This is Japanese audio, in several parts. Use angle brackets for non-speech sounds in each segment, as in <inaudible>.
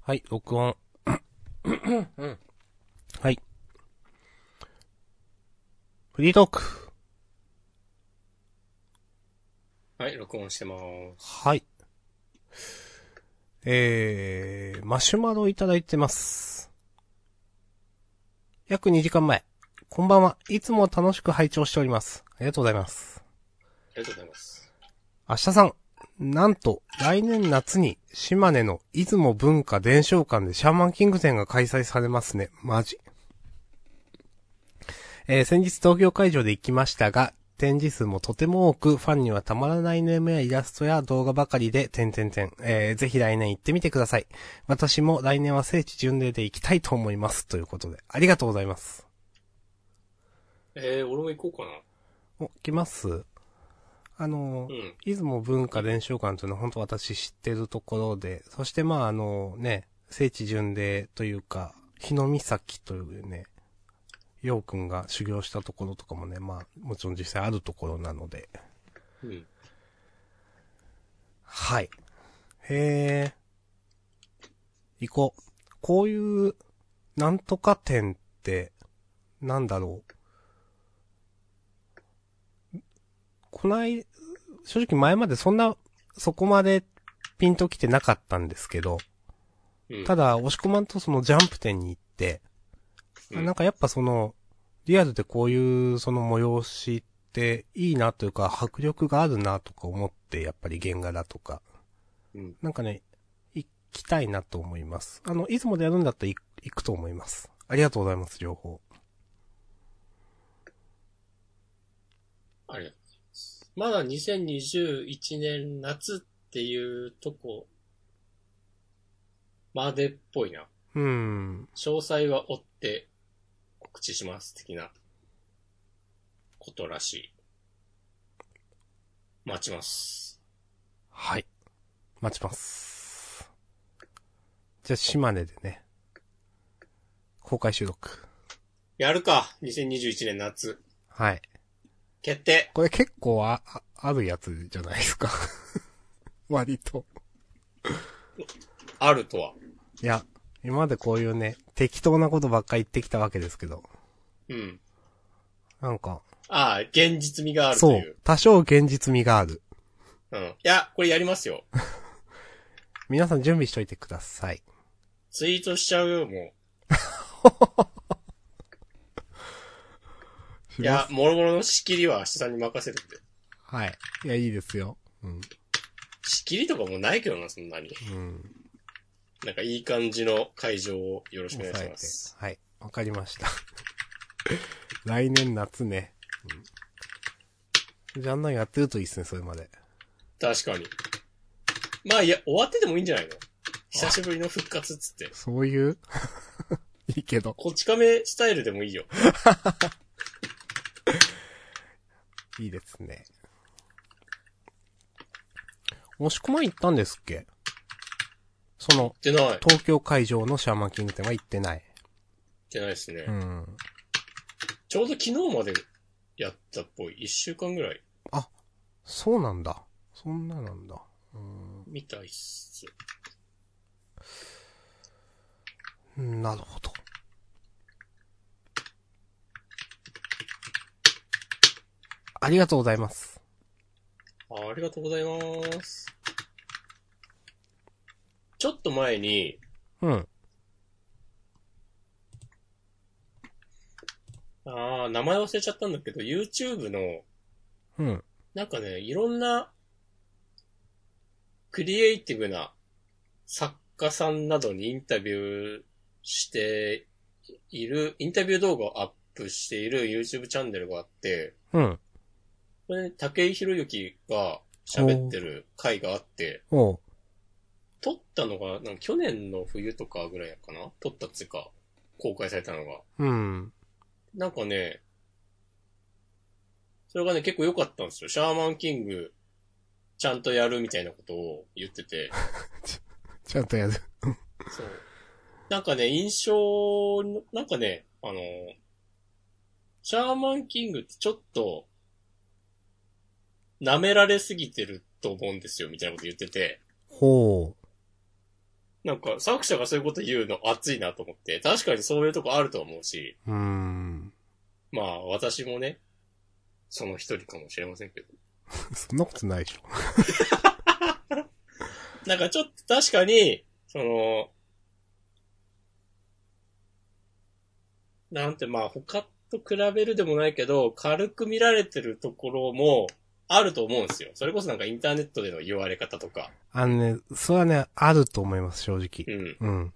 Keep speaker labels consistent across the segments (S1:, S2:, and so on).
S1: はい、録音。うんはい。フリートーク。
S2: はい、録音してます。
S1: はい。えー、マシュマロいただいてます。約2時間前。こんばんは。いつも楽しく拝聴しております。ありがとうございます。
S2: ありがとうございます。
S1: 明日さん、なんと、来年夏に、島根の出雲文化伝承館でシャーマンキング展が開催されますね。マジ。えー先日東京会場で行きましたが、展示数もとても多く、ファンにはたまらないネームやイラストや動画ばかりで、点々点。えーぜひ来年行ってみてください。私も来年は聖地巡礼で行きたいと思います。ということで、ありがとうございます。
S2: えー、俺も行こうか
S1: お、来ますあのー
S2: な。うん。
S1: 出雲文化伝承館というのは本当私知ってるところで、そしてまああのね、聖地巡礼というか、日の岬というね、ようくんが修行したところとかもね、まあもちろん実際あるところなので、
S2: うん。
S1: はい。へえ。行こう。こういう、なんとか店って、なんだろう。こない、正直前までそんな、そこまでピンときてなかったんですけど、
S2: うん。
S1: ただ、押し込まんとそのジャンプ店に行って、あ
S2: うん
S1: なんかやっぱその、リアルでこういうその催しっていいなというか、迫力があるなとか思って、やっぱり原画だとか、
S2: うん。
S1: なんかね、行きたいなと思います。あの、いつもでやるんだったら行行くと思います。ありがとうございます、両方。
S2: ありがとうございます。まだ2021年夏っていうとこ、までっぽいな。
S1: うーん。
S2: 詳細は追って告知します、的なことらしい。待ちます。
S1: はい。待ちます。じゃあ、島根でね、公開収録。
S2: やるか !2021 年夏。
S1: はい。
S2: 決定
S1: これ結構あ、ああるやつじゃないですか。 <laughs> 割と。
S2: あるとは。
S1: いや、今までこういうね、適当なことばっかり言ってきたわけですけど、
S2: うん。
S1: なんか、
S2: ああ、現実味があると
S1: そ
S2: いう
S1: う。、多少現実味がある。
S2: うん。いや、これやりますよ。
S1: 皆さん準備しといてください。
S2: ツイートしちゃうよ、もう。いや、もろもろの仕切りは明日さんに任せるって。
S1: はい。いや、いいですよ。うん。
S2: 仕切りとかもうないけどな、そんなに。
S1: うん。
S2: なんかいい感じの会場をよろしくお願いし
S1: 抑え
S2: ま
S1: て
S2: す。。
S1: はい。わかりました。 <laughs> 来年夏ね。うん。じゃあ、あんなのやってるといいですね、それまで。
S2: 確かに。まあいや、終わっててもいいんじゃないの久しぶりの復活っつって。
S1: そういう <laughs> いいけど。
S2: こち亀スタイルでもいいよ。
S1: いいですね。押し込まん行ったんですっけその、
S2: ってない。っ
S1: 東京会場のシャーマンキング店は行ってない。
S2: てないですね
S1: う。ん。
S2: ちょうど昨日までやったっぽい。一週間ぐらい
S1: そうなんだ。そんななんだ。うん
S2: みたいっす。
S1: うん、なるほど。ありがとうございます。
S2: あありがとうございます。ちょっと前に、
S1: うん。
S2: ああ、名前忘れちゃったんだけど、YouTube の、
S1: うん。
S2: なんかね、いろんな、クリエイティブな作家さんなどにインタビューしている、インタビュー動画をアップしている YouTube チャンネルがあって、
S1: うん。
S2: これね、竹井宏之が喋ってる回があって、
S1: おう。
S2: 撮ったのが、なんか去年の冬とかぐらいかな撮ったっつうか、公開されたのが。
S1: うん。
S2: なんかね、それがね、結構良かったんですよ。シャーマンキング、ちゃんとやるみたいなことを言ってて。
S1: ちゃんとやる。
S2: そう。なんかね、印象の、なんかね、あの、シャーマンキングってちょっと、舐められすぎてると思うんですよ、みたいなこと言ってて。
S1: ほ
S2: なんか作者がそういうこと言うの熱いなと思って、確かにそういうとこあると思うし、
S1: うーん。
S2: まあ私もね、その一人かもしれませんけど。
S1: そんなことないでしょ。
S2: なんかちょっと確かに、その、なんてまあ他と比べるでもないけど、軽く見られてるところもあると思うんですよ。それこそなんかインターネットでの言われ方とか。
S1: あのね、それはね、あると思います、正
S2: う
S1: 直。
S2: ん。
S1: うん。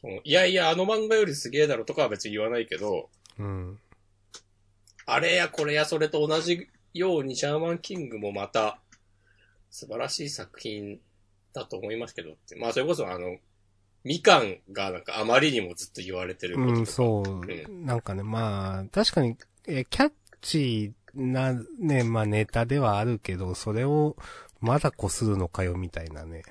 S2: そのいやいや、あの漫画よりすげえだろとかは別に言わないけど、
S1: うん。
S2: あれやこれやそれと同じようにジャーマンキングもまた素晴らしい作品だと思いますけどって。まあそれこそあの、みかんがなんかあまりにもずっと言われてることと
S1: う
S2: か。
S1: ん、そう。なんかね、まあ、確かに、えーキャッチーな、ね、まあネタではあるけど、それを、まだこするのかよ、みたいなね。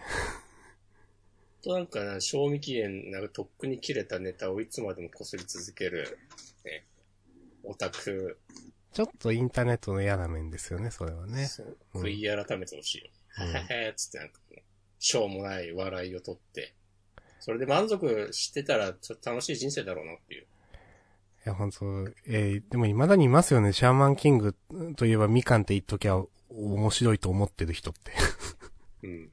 S2: となんかな、賞味期限、なんかとっくに切れたネタをいつまでも擦り続ける、ね、オタク、
S1: ちょっとインターネットの嫌な面ですよね、それはね。
S2: そう
S1: うん
S2: 食い改めてほしいよ。
S1: う
S2: へ
S1: ん
S2: へへっつってなんかもう、しょうもない笑いを取って、それで満足してたら、ちょっと楽しい人生だろうなっていう。
S1: いや、本当えーでも未だにいますよね。シャーマンキングといえばみかんって言っときゃ面白いと思ってる人って。 <laughs>
S2: うん。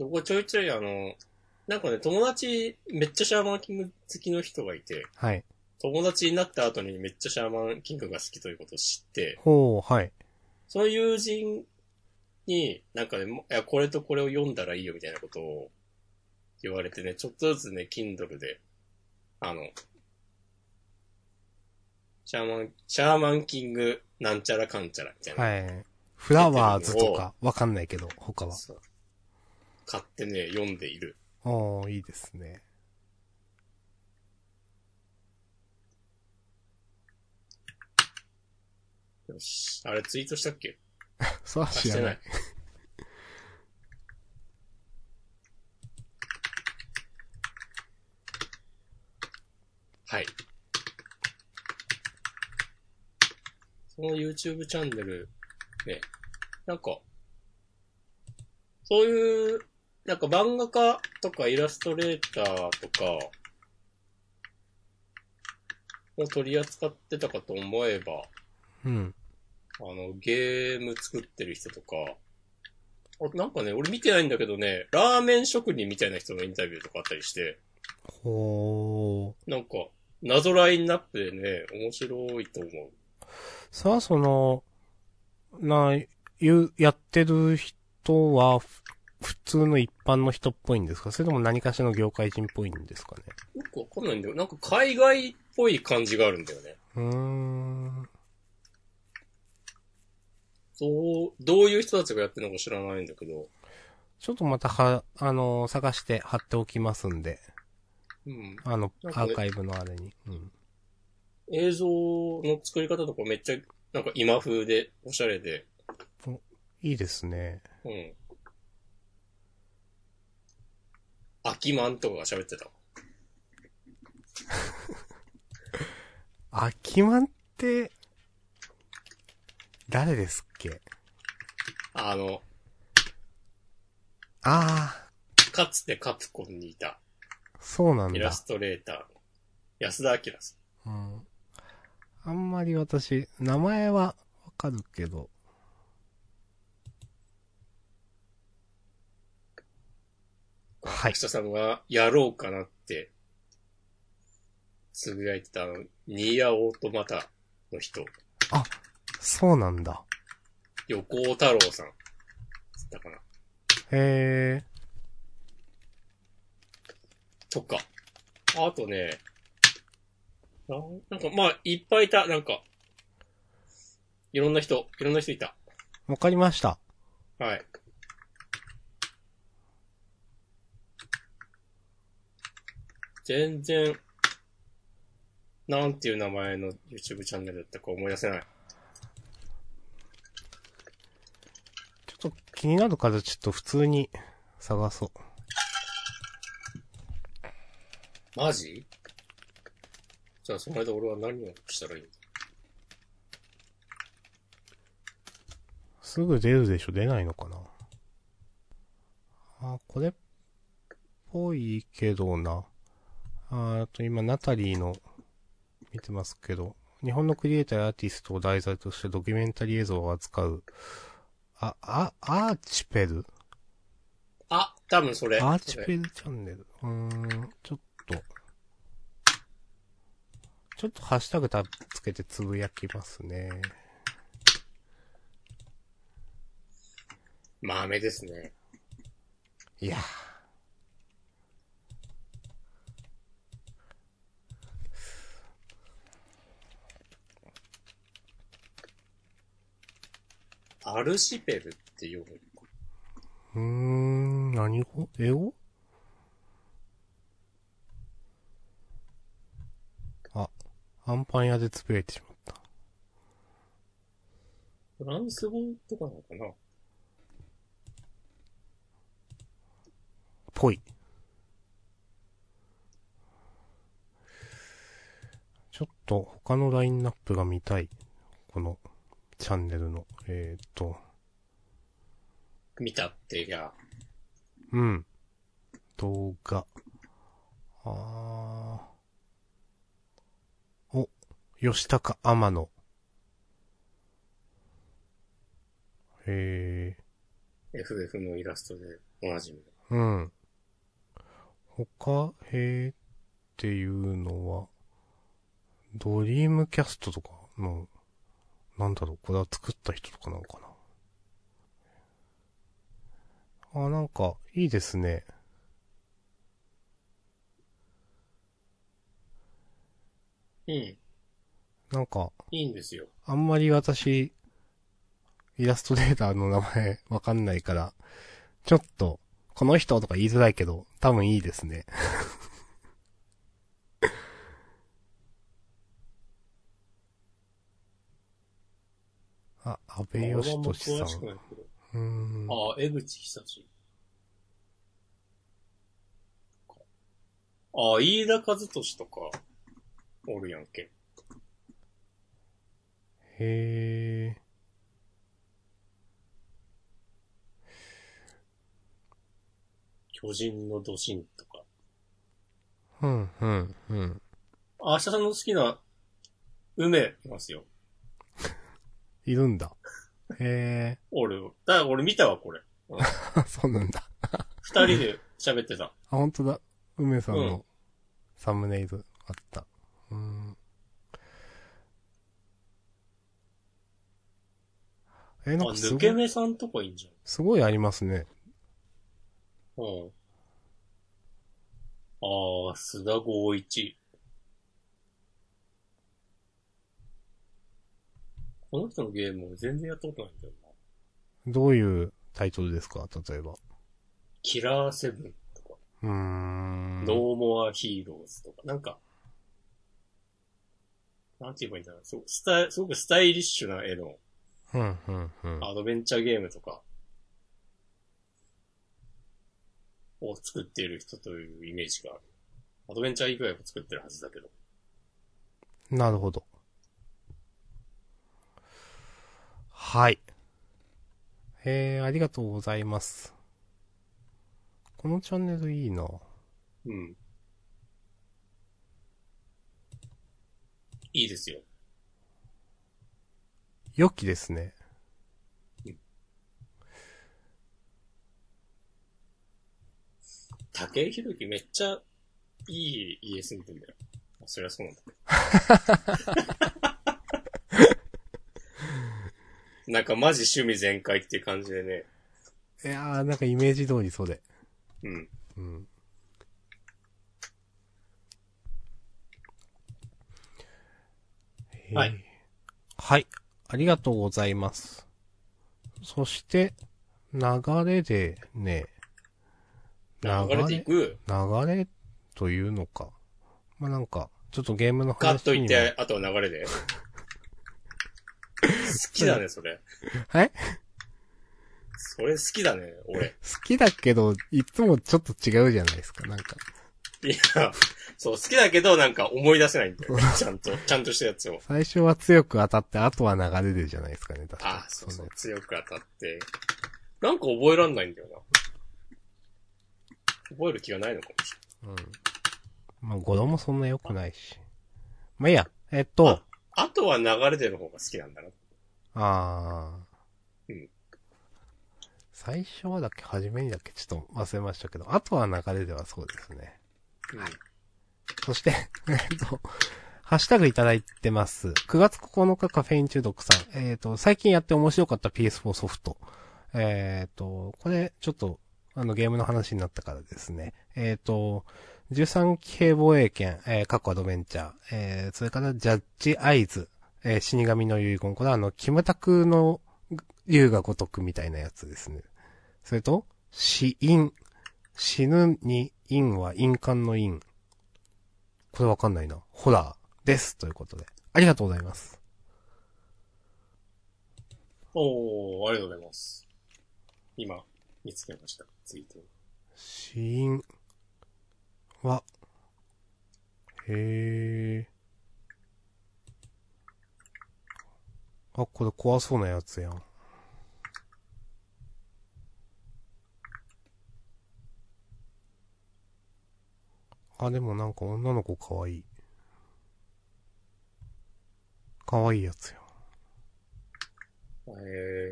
S2: 僕はちょいちょいあの、なんかね、友達、めっちゃシャーマンキング好きの人がいて、
S1: はい。
S2: 友達になった後にめっちゃシャーマンキングが好きということを知って、
S1: ほう、はい。
S2: その友人に、なんかね、もいや、これとこれを読んだらいいよみたいなことを言われてね、ちょっとずつね、Kindle で、あの、シャーマン、シャーマンキングなんちゃらかんちゃらみたいな。
S1: はい。フラワーズとか、わかんないけど、他は。
S2: そう買ってね、読んでいる。
S1: おー、いいですね。
S2: よし。あれツイートしたっけ
S1: そうは
S2: あ
S1: 知らない。。
S2: はい。その YouTube チャンネル、ね、なんか、そういう、なんか漫画家とかイラストレーターとか、を取り扱ってたかと思えば、
S1: うん。
S2: あの、ゲーム作ってる人とか、あなんかね、俺見てないんだけどね、ラーメン職人みたいな人のインタビューとかあったりして、
S1: ほー。
S2: なんか、謎ラインナップでね、面白いと思う。
S1: さあ、その、な、ゆ、やってる人は、ふ普通の一般の人っぽいんですかそれとも何かしらの業界人っぽいんですかね
S2: よくわかんないんだよ。なんか海外っぽい感じがあるんだよね。
S1: うーん。
S2: そう、どういう人たちがやってるのか知らないんだけど、
S1: ちょっとまたは、あの、探して貼っておきますんで。
S2: うん。
S1: あの、
S2: な
S1: ア
S2: んかね
S1: ーカイブのあれに。うん。
S2: 映像の作り方とかめっちゃ、なんか今風で、おしゃれで、
S1: いいですね。
S2: うん。アキマンとかが喋ってた。
S1: あきまんって、誰ですっけ
S2: あの、
S1: あ
S2: かつてカプコンにいた、
S1: あ、そうなん
S2: イラ
S1: だ。
S2: ストレーターの、安田明さん。
S1: うん。あんまり私、名前はわかるけど。はい
S2: 明。日さんが、やろうかなって、つぶやいてた、あの、ニーヤオートマタの人、
S1: そうなんだ。
S2: 横尾太郎さん、つったかな、
S1: へえ。
S2: とか。あとね、なんなんか、まあ、いっぱいいた、なんか、いろんな人、いろんな人いた。
S1: わかりました。
S2: はい。全然、なんていう名前の YouTube チャンネルだったか思い出せない。
S1: ちょっと気になるからちょっと普通に探そう。
S2: マジじゃあその間俺は何をしたらいいの
S1: そすぐ出るでしょ出ないのかなあ、これっぽいけどな。あーあと今、ナタリーの見てますけど、日本のクリエイターやアーティストを題材としてドキュメンタリー映像を扱う、あ、あ、アーチペル
S2: あ、多分それ。
S1: アーチ
S2: それ
S1: ペルチャンネル。うーん、ちょっと。ちょっとハッシュタグたつけてつぶやきますね。
S2: まあ、めですね。
S1: いやー
S2: アルシペルって読む。
S1: うーん、何語英語あ、アンパン屋でつぶやいてしまった。
S2: フランス語とかなのかな
S1: ぽい。ちょっと他のラインナップが見たい。このチャンネルの。えーっと、
S2: 見たって、いや、
S1: うん。動画。あー。お、吉高天野。へ
S2: FF のイラストでおなじみの。
S1: ー。うん。他、へーっていうのは、ドリームキャストとかの、なんだろう、これは作った人とかなのかな。あ、なんか、いいですね。
S2: うん。い
S1: なんか、
S2: いんですよ。
S1: あんまり私、イラストレーターの名前わかんないから、ちょっと、この人とか言いづらいけど、多分いいですね。 <laughs> あ、安倍
S2: まあ
S1: 義俊さ
S2: 俺はあんま詳しくないけど
S1: ん。うーん。
S2: ああ、江口久志。ああ、飯田和俊とか、おるやんけ。
S1: へえ。
S2: 巨人のドシンとか。
S1: うん、うん、うん。
S2: あ、明日さんの好きな、梅、いますよ。
S1: いるんだ。へえ。
S2: 俺、だから俺見たわ、これ。
S1: あ、 <laughs> そうなんだ。
S2: 二人で喋ってた。
S1: あ、本当だ。梅さん
S2: う
S1: のサムネイルあった。うん。え、な
S2: あ、
S1: んかす
S2: 抜
S1: ご
S2: け
S1: い、
S2: 目さんとかいいんじ
S1: すごいありますね。
S2: ゃん。うん。ああ、須田剛一。この人のゲーム俺全然やったことないんだよな。
S1: どういうタイトルですか例えば。
S2: キラーセブンとか、
S1: うーん。
S2: ノーモアヒーローズとか、なんか、なんて言えばいいんだろう。そうスタイすごくスタイリッシュな絵の
S1: うん、うん、うん。
S2: アドベンチャーゲームとかを作っている人というイメージがある。アドベンチャー以外は作ってるはずだけど。
S1: なるほど。はい。えー、ありがとうございます。このチャンネルいいな。
S2: うん。いいですよ。
S1: 良きですね
S2: うん。竹井宏樹めっちゃいい家住んでんだよ。あそりゃそうなんだ。なんかマジ趣味全開っていう感じでね。
S1: いやー、なんかイメージ通りそれ。
S2: うん。
S1: うん。
S2: はい
S1: へー。はい。ありがとうございます。そして、流れでね、
S2: 流れていく。
S1: 流れというのか。まあ、なんか、ちょっとゲームの
S2: カッ
S1: 話
S2: と
S1: に
S2: い
S1: も
S2: って、あとは流れで。好きだね、それ。
S1: はい
S2: それ好きだね、俺。
S1: 好きだけど、いつもちょっと違うじゃないですか、なんか。
S2: いや、好そう、好きだけど、なんか思い出せないんだよね。ちゃんと、ちゃんとしたやつを。
S1: 最初は強く当たって、あとは流れるじゃないですかね、確か
S2: ああ、そうそ
S1: の
S2: う、強く当たって。なんか覚えらんないんだよな。覚える気がないのかもし
S1: うん。まあ、語呂もそんな良くないし。まあ、いいや。えっと、あ
S2: れない。あとは流れてる方が好きなんだな。
S1: あー
S2: うん
S1: 最初はだっけ、初めにだっけ、ちょっと忘れましたけど、あとは流れではそうですね。そして、 <laughs> えっと、ハッシュタグいただいてます。9月9日カフェイン中毒さん。えっ、と、最近やって面白かった PS4 ソフト。えっ、と、これ、ちょっと、あの、ゲームの話になったからですね。えっ、と、13騎兵防衛権、えー、過去アドベンチャー、えー、それからジャッジアイズ、えー、死神の遺言、これはあの、キムタクの竜が如くみたいなやつですね。それと、死因、死ぬに因は印鑑の因。これわかんないな。ホラーです。ということで。ありがとうございます。
S2: おー、ありがとうございます。今、見つけました。ツイートに。
S1: 死因は、へえ。あ、これ怖そうなやつやん。あ、でもなんか女の子かわいい。かわいいやつやん。
S2: え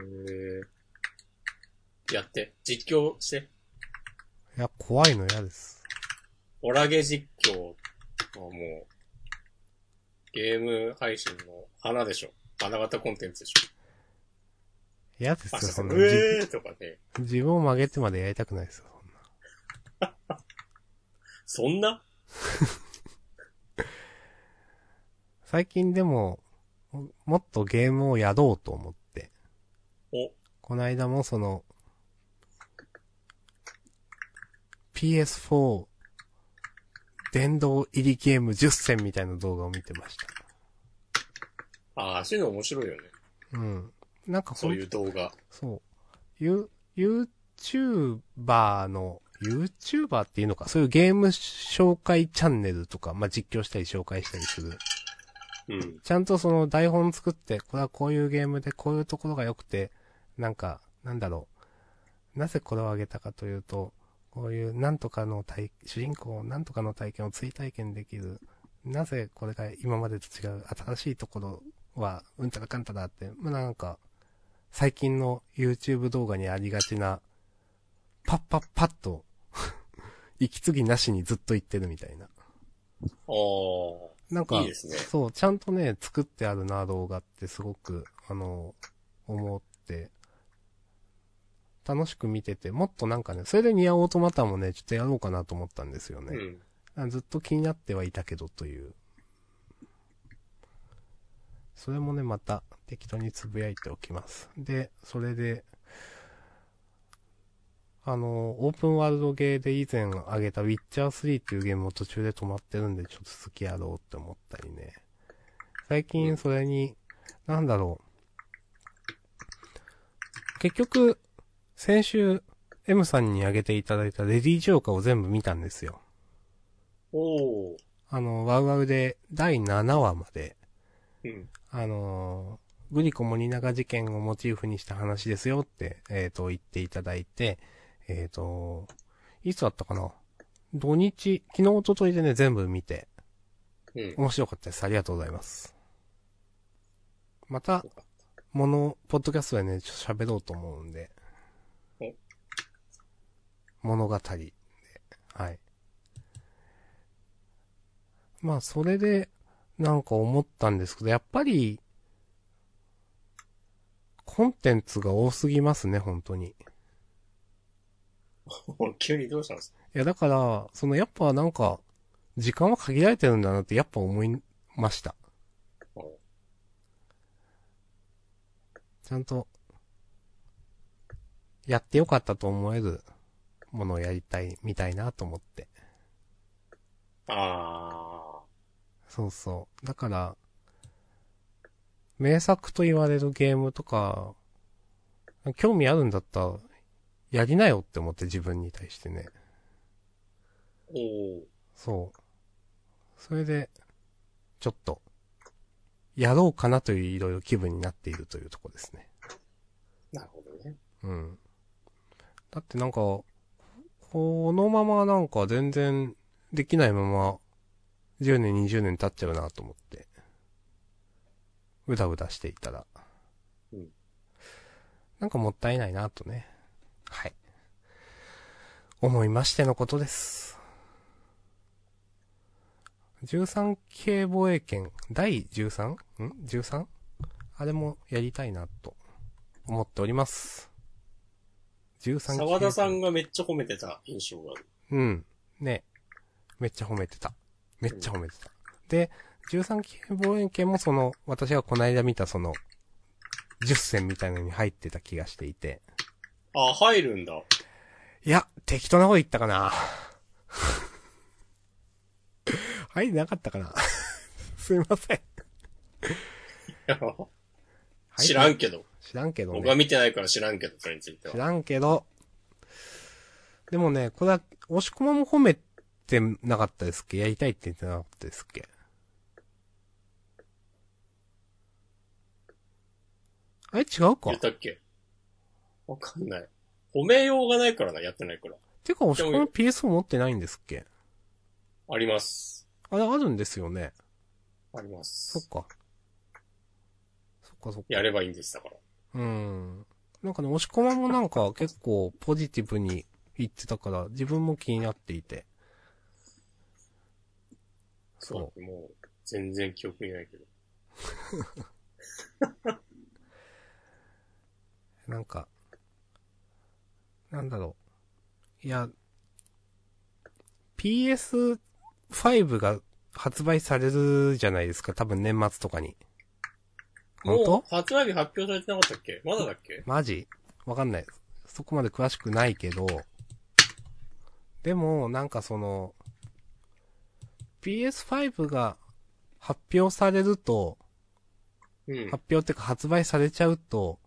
S2: ー、やって。実況して。
S1: いや、怖いの嫌です。
S2: オラゲ実況はもう、ゲーム配信の花でしょ。花形コンテンツでしょ。
S1: 嫌です
S2: あ、
S1: よ、
S2: そう
S1: そ
S2: そ
S1: んな
S2: う、う <laughs>
S1: の。じ
S2: えーとかね。
S1: 自分を曲げてまでやりたくないですよ、そんな。
S2: そんな
S1: 最近でも、ももっとゲームをやろうと思って。
S2: お、
S1: この間もその、PS4 電動入りゲーム10選みたいな動画を見てまし
S2: ああ、そういうの面白いよね。
S1: た。うん。なんかほ
S2: そ
S1: ん
S2: ういう動画。
S1: そう。ユ、YouTuber の、YouTuber っていうのか、そういうゲーム紹介チャンネルとか、まあ、実況したり紹介したりする
S2: うん。
S1: ちゃんとその台本作って、これはこういうゲームでこういうところが良くて、なんか、なんだろう。なぜこれを挙げたかというと、こういうなんとかの体、主人公をなんとかの体験を追体験できる。なぜこれが今までと違う新しいところは、うんたらかんたらって、まあ、なんか、最近の YouTube 動画にありがちな、パッパッパッと、 <laughs> 息継ぎなしにずっと言ってるみたいな。
S2: ああ。
S1: なんか、
S2: いいですね
S1: そう、ちゃんとね、作ってあるな、動画ってすごく、あの、思って、楽しく見てて、もっとなんかね、それでニアオートマタもね、ちょっとやろうかなと思ったんですよ
S2: う
S1: ね。
S2: ん。
S1: あずっと気になってはいたけどという。それもね、また適当につぶやいておきます。で、それで、あの、オープンワールドゲーで以前あげた Witcher 3っていうゲームも途中で止まってるんで、ちょっと好きやろうって思ったりね。最近それに、なんだろう。結局、先週、M さんにあげていただいたレディージョーカーを全部見たんですよ。
S2: おー。
S1: あの、ワウワウで第7話まで、
S2: うん。
S1: あのーグリコ森永事件をモチーフにした話ですよって、えっ、と、言っていただいて、えっ、と、いつだったかな土日、昨日、一昨日でね、全部見て、
S2: うん。
S1: 面白かったです。ありがとうございます。また
S2: よ、かっ
S1: もの、ポッドキャストでね、ちょっと喋ろうと思うんで
S2: お。
S1: 物語で。はい。まあ、それで、なんか思ったんですけど、やっぱり、コンテンツが多すぎますね、本当に。い
S2: た <laughs> 急にどうしたんですか
S1: や、だから、その、やっぱなんか、時間は限られてるんだなって、やっぱ思いました。
S2: あー
S1: ちゃんと、やってよかったと思えるものをやりたい、みたいなと思って。
S2: あ
S1: そうそう。だから、名作と言われるゲームとか、興味あるんだったら、やりなよって思って自分に対してね。
S2: ー。おー。
S1: そう。それで、ちょっと、やろうかなといういろいろ気分になっているというとこですね。
S2: なるほどね。
S1: うん。だってなんか、このままなんか全然できないまま、10年、20年経っちゃうなと思って、うだうだしていたら、
S2: うん
S1: なんかもったいないなとね、はい。思いましてのことです。13系防衛権、第 13? ん ?13? あれもやりたいなと思っております。13系
S2: 沢田さんがめっちゃ褒めてた印象がある。
S1: うん。ね。めっちゃ褒めてた。めっちゃ褒めてた。で、13期防衛権もその、私がこの間見たその、10選みたいなのに入ってた気がしていて。
S2: あ、入るん <laughs> だ。
S1: いや、適当なこと言ったかな <laughs> 入ってなかったかな <laughs> すいません。入って
S2: 知らんけど。
S1: 知らんけどね。
S2: 僕は見てないから知らんけど、それについて
S1: 知
S2: は。
S1: らんけど。でもね、これは、押し込まも褒めてなかったですっけやりたいって言ってなかったですっけあれ違うか
S2: 言ったっけわかんない。褒めようがないからな、やってないから。
S1: てか、押し込ま PS4 持ってないんですっけ
S2: あります。
S1: あれあるんですよね。
S2: ありま
S1: そっ
S2: す。
S1: か。そっかそっか。
S2: やればいいんです、だから。
S1: うん。なんかね、押し込まもなんか結構ポジティブに言ってたから、自分も気になっていて。そう。
S2: う。もう、全然記憶にないけど。
S1: なんか、なんだろう。いや、PS5 が発売されるじゃないですか。多分年末とかに。本
S2: も
S1: 当
S2: う、発売日発表されてなかったっけまだだっけ
S1: マジわかんない。そこまで詳しくないけど、でも、なんかその、PS5 が発表されると、
S2: うん。
S1: 発表ってか発売されちゃうと、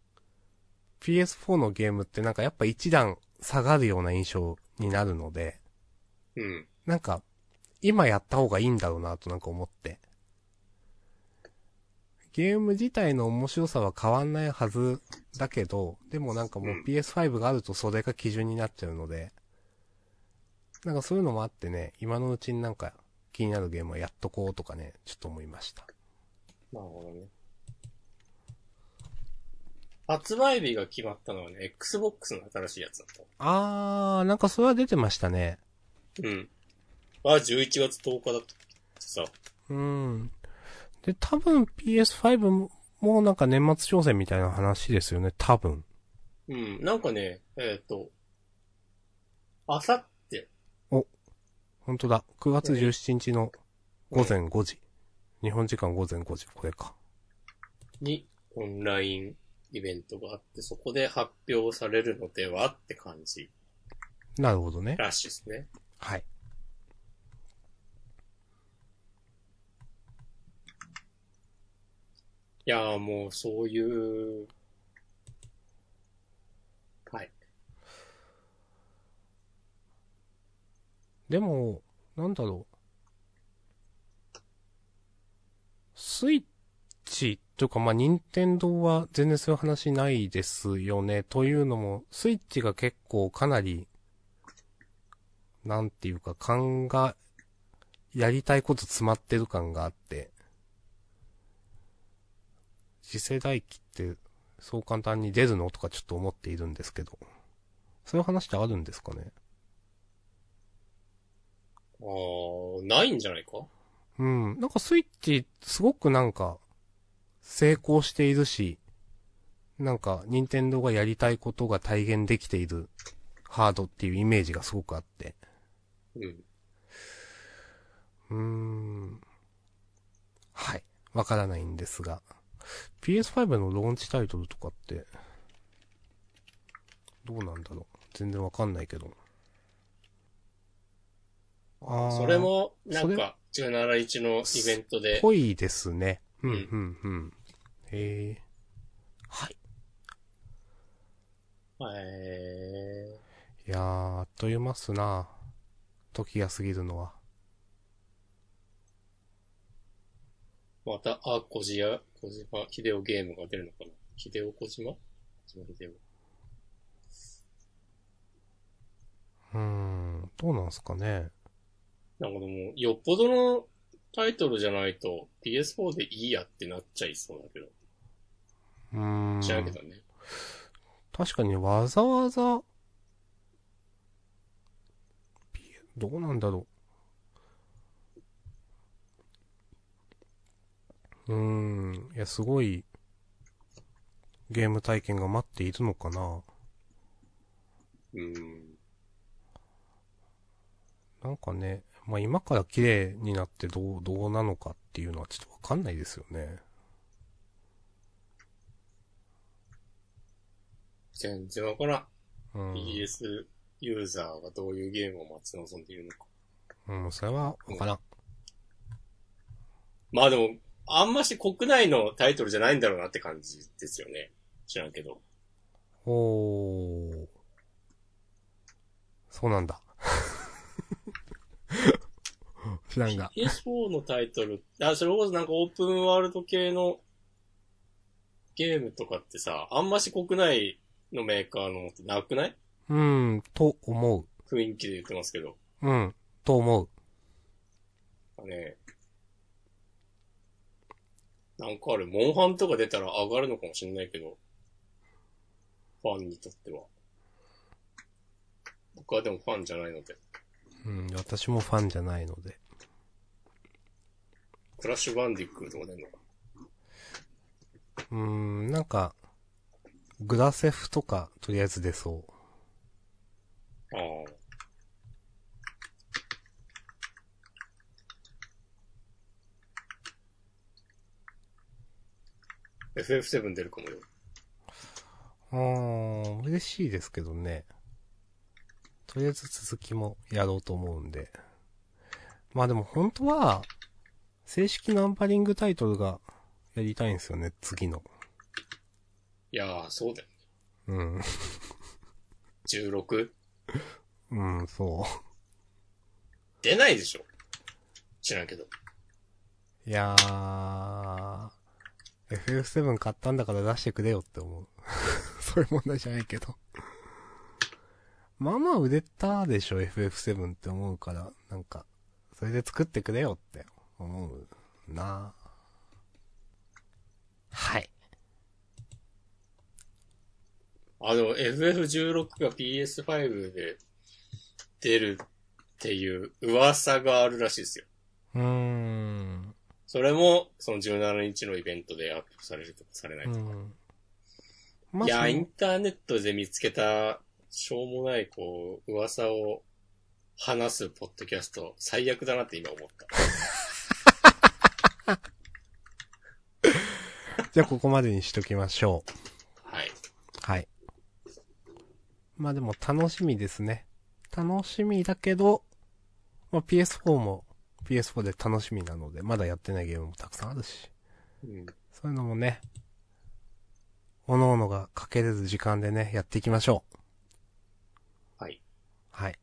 S1: PS4 のゲームってなんかやっぱ一段下がるような印象になるので、
S2: うん。
S1: なんか、今やった方がいいんだろうなとなんか思って。ゲーム自体の面白さは変わんないはずだけど、でもなんかもううん PS5 があるとそれが基準になっちゃうので、なんかそういうのもあってね、今のうちになんか気になるゲームはやっとこうとかね、ちょっと思いました。
S2: なるほどね。発売日が決まったのはね、Xbox の新しいやつだっ
S1: あー、なんかそれは出てましたね。
S2: た。うん。は11月10日だった。さ、
S1: うん。で、多分 PS5 ももうなんか年末商戦みたいな話ですよね、多分。
S2: うん。なんかね、えっ、と、あさって、
S1: 本当だ。9月17日の午前5時。日本時間午前5時、これか。
S2: にオンラインイベントがあって、そこで発表されるのではって感じ
S1: なるほどね。
S2: らしいですね。
S1: はい。
S2: いやーもうそういう、はい。
S1: でも、なんだろう。スイッチとか、まあ、任天堂は全然そういう話ないですよね。というのも、スイッチが結構かなり、なんていうか、勘が、やりたいこと詰まってる感があって、次世代機って、そう簡単に出るのとかちょっと思っているんですけど。そういう話ってあるんですかね
S2: あー、ないんじゃないか
S1: うん。なんかスイッチ、すごくなんか、成功しているし、なんか、任天堂がやりたいことが体現できているハードっていうイメージがすごくあって。
S2: うん。
S1: うーん。はい。わからないんですが。PS5 のローンチタイトルとかって、どうなんだろう。全然わかんないけど。あー
S2: それ、も、なん
S1: そ
S2: か、17日のイベントで、
S1: ぽいですね。うん、
S2: う
S1: うんん、うん。へえ。はい。
S2: え
S1: いやー、あっという間っすな時が過ぎるのは。
S2: ー、また、あ、小島、小島、秀夫ゲームが出るのかな秀夫小島小島秀夫。
S1: うーん、どうなんすかね。
S2: なんかでも、よっぽどのタイトルじゃないと PS4 でいいやってなっちゃいそうだけど。
S1: うーん。
S2: 知らんけどね。
S1: 確かにわざわざ、ピどうなんだろう。うーん、いや、すごい、ゲーム体験が待っているのかな。
S2: うん。
S1: なんかね、まあ、今から綺麗になってどう、どうなのかっていうのはちょっとわかんないですよね。
S2: 全然わからん。
S1: うん。
S2: PS ユーザーがどういうゲームを待ち望んでいるのか。
S1: うん、それはわからん。
S2: まあでも、あんまし国内のタイトルじゃないんだろうなって感じですよね。知らんけど。
S1: おー。そうなん <laughs> だ。知らんが。
S2: PS4 のタイトル、あ、それこそなんかオープンワールド系のゲームとかってさ、あんまし国内のメーカーのってなくない
S1: うん、と思
S2: 雰囲気で言ってますけど。
S1: う。うん、と思う。
S2: ねなんかある、モンハンとか出たら上がるのかもしれないけど、ファンにとっては。僕はでもファンじゃないので、
S1: うん、私もファンじゃないので。
S2: クラッシュバンディックとか出んのか。
S1: うん、なんか、グラセフとか、とりあえず出そう。
S2: ああ。FF7 出るかもよ。
S1: うーん、嬉しいですけどね。とりあえず続きもやろうと思うんで。まあでも本当は、正式ナンパリングタイトルがやりたいんですよね、次の。
S2: いやー、そうだよ。
S1: うん。
S2: 16?
S1: うん、そ
S2: 出ないでしょ。知らんけど。
S1: う。いやー、FF7 買ったんだから出してくれよって思う。 <laughs> そういう問題じゃないけど。まあまあ売れたでしょ、FF7 って思うから、なんか、それで作ってくれよって思うなはい。
S2: あの、FF16 が PS5 で出るっていう噂があるらしいですよ。
S1: うーん。
S2: それも、その17日のイベントでアップされるとかされないうとか。
S1: ん。ま
S2: いや、イ
S1: その
S2: ンターネットで見つけた、しょうもない、こう、噂を話すポッドキャスト、最悪だなって今思った。
S1: じゃあここまでにしときましょう。
S2: はい。
S1: はい。まあでも楽しみですね。楽しみだけど、まあ PS4 も PS4 で楽しみなので、まだやってないゲームもたくさんあるし。
S2: うん、
S1: そういうのもね、各々がかけれる時間でね、やっていきましょう。
S2: はい。い
S1: はい。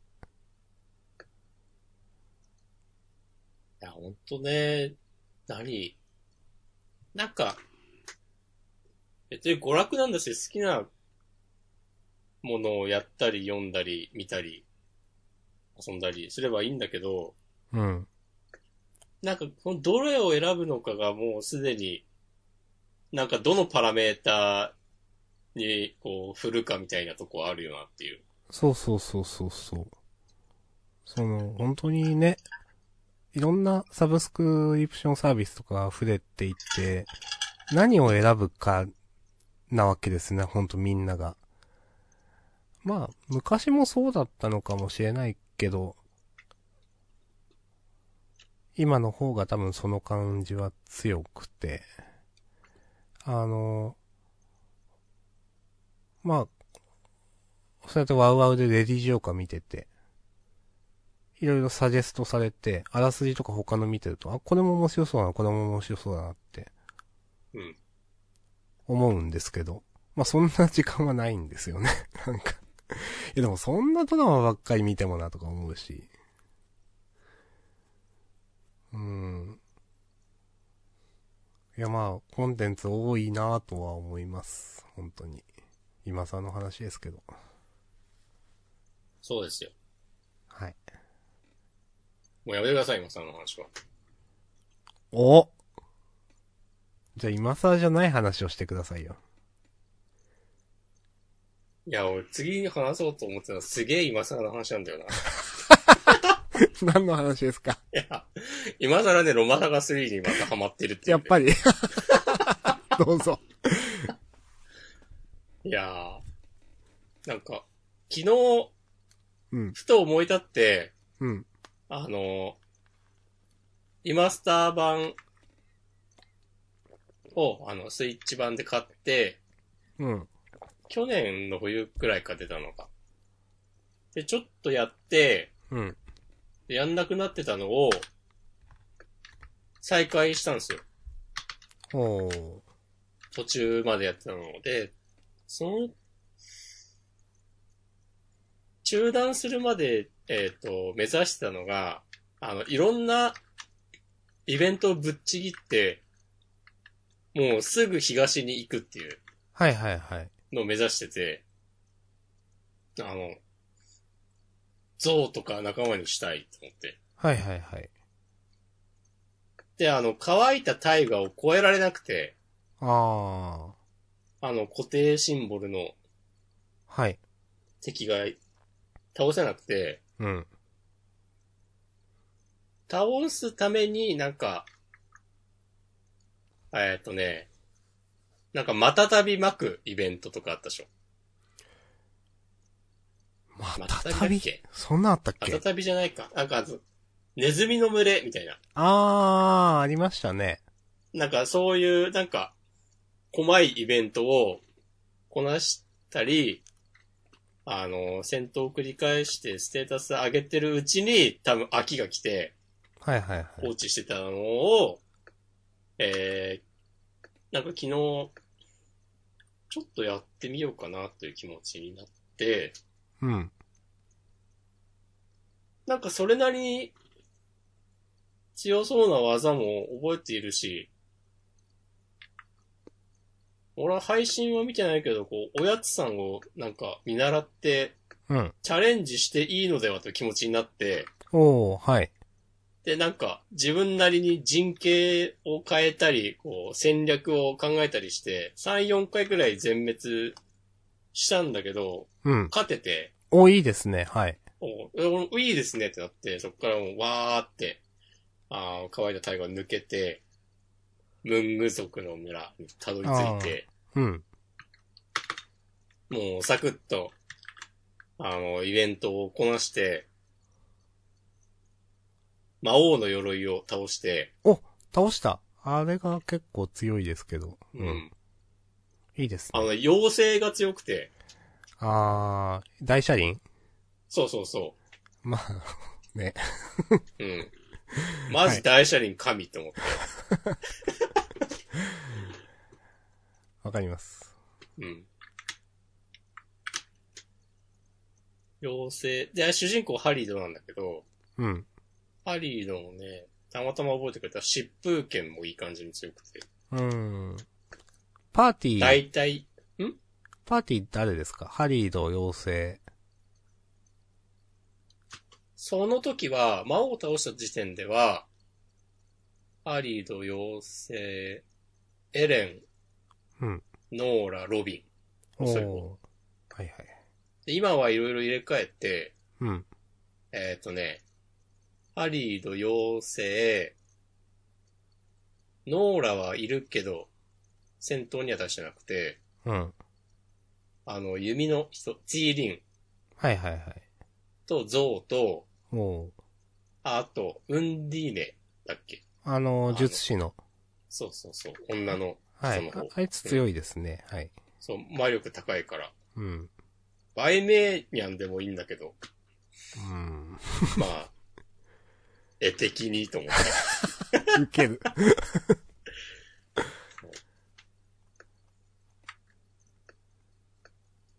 S2: や、ほんとね、何なんか、別に娯楽なんだし、好きなものをやったり、読んだり、見たり、遊んだりすればいいんだけど、
S1: うん。
S2: なんか、このどれを選ぶのかがもうすでに、なんかどのパラメーターに、こう、振るかみたいなとこあるよなっていう。
S1: そうそうそうそうそう。その、本当にね、いろんなサブスクリプションサービスとか溢れていって、何を選ぶかなわけですね、ほんとみんなが。まあ、昔もそうだったのかもしれないけど、今の方が多分その感じは強くて、あの、まあ、そうやってワウワウでレディジオカ見てて、いろいろサジェストされて、あらすじとか他の見てると、あ、これも面白そうだな、これも面白そうだなって
S2: うん。
S1: 思うんですけど、まあそんな時間はないんですよね。 <laughs> なんか。いやでもそんなドラマばっかり見てもなとか思うし。うーん。いやまあ、コンテンツ多いなぁとは思います。本当に。今さの話ですけど。
S2: そうですよ。
S1: はい。
S2: もうやめてください、今さんの話は。
S1: おじゃあ今更じゃない話をしてくださいよ。
S2: いや、俺、次に話そうと思ってたら、すげえ今更の話なんだよ <laughs> な。い
S1: <laughs> 何の話ですか
S2: や、今更ね、ロマサガ3にまたハマってるっていう
S1: や
S2: ん
S1: っ
S2: で
S1: ぱ <laughs> り。どうぞ。
S2: いやー、なんか、昨日、
S1: うん、
S2: ふと思い立って、
S1: うん、
S2: あの、リマスター版を、あの、スイッチ版で買って、
S1: うん、
S2: 去年の冬くらいか出たのか。で、ちょっとやって、
S1: うん。
S2: でやんなくなってたのを、再開したんですよ。
S1: おー。
S2: 途中までやってたので、その、中断するまで、えっ、と、目指してたのが、あの、いろんなイベントをぶっちぎって、もうすぐ東に行くっていう
S1: はいはいはい。
S2: のを目指してて、あの、象とか仲間にしたいと思って。
S1: はいはいはい。
S2: で、あの、乾いた大河を越えられなくて、
S1: あー。
S2: あの、固定シンボルの
S1: はい。
S2: 敵が倒せなくて、
S1: うん。
S2: 倒すためになんか、えーっとね、なんかまたたび巻くイベントとかあったでしょ。
S1: また
S2: たた
S1: た
S2: び
S1: びそんなあったっ
S2: ま
S1: け
S2: たたびじゃないか。なんかあの、ネズミの群れみたいな。
S1: あー、ありましたね。
S2: なんかそういう、なんか、細いイベントをこなしたり、あの、戦闘を繰り返してステータス上げてるうちに、多分秋が来て、
S1: はいはいは
S2: 放
S1: い。
S2: 置してたのを、えー、なんか昨日、ちょっとやってみようかなという気持ちになって、
S1: うん。
S2: なんかそれなりに強そうな技も覚えているし、俺は配信は見てないけど、こう、おやつさんをなんか見習って、
S1: うん。
S2: チャレンジしていいのではという気持ちになって、
S1: おー、はい。
S2: で、なんか、自分なりに陣形を変えたり、こう、戦略を考えたりして、3、4回くらい全滅したんだけど、
S1: うん。
S2: 勝てて、
S1: おー、いいですね。はい。
S2: おおいいですねってなって、そこからもう、わーって、あー乾いた大河抜けて、ムング族の村にたどり着いて、
S1: うん。
S2: もうサクッと、あの、イベントをこなして、魔王の鎧を倒して、
S1: 倒した。あれが結構強いですけど。
S2: うん。。
S1: いいです
S2: あ
S1: ね。
S2: の、妖精が強くて、
S1: あー、大車輪 <laughs>
S2: そうそうそ
S1: まあ、
S2: う。うん。マジ大車輪神って思って。
S1: わかります。
S2: うん。妖精。で、主人公ハリードなんだけど、
S1: うん。
S2: ハリードもね、たまたま覚えてくれた疾風剣もいい感じに強くて。
S1: うん。パーティー、
S2: 大体、
S1: パーティー誰ですかハリード妖精。
S2: その時は、魔王を倒した時点では、ハリード、妖精、エレン、
S1: うん
S2: ノーラ、ロビン。
S1: お
S2: そう
S1: ー。
S2: いう
S1: はいはい。
S2: で今はいろいろ入れ替えて、
S1: うん。
S2: えっ、とね、ハリード妖精、ノーラはいるけど、戦闘には出してなくて、
S1: うん。
S2: あの、弓の人、ツィーリン
S1: はいはいはい。
S2: とゾウと、
S1: おー。
S2: あと、ウンディーネだっけ
S1: あ
S2: あ
S1: の、
S2: の
S1: 術師の。
S2: そうそうそう、女の
S1: は
S2: 人の
S1: い。
S2: 方。
S1: ああいつ強いですね。はい。
S2: そう、魔力高いから。
S1: うん。
S2: バイメーニャンでもいいんだけど、 <laughs>
S1: うん。
S2: まあ、絵的にと思って。
S1: ウケる。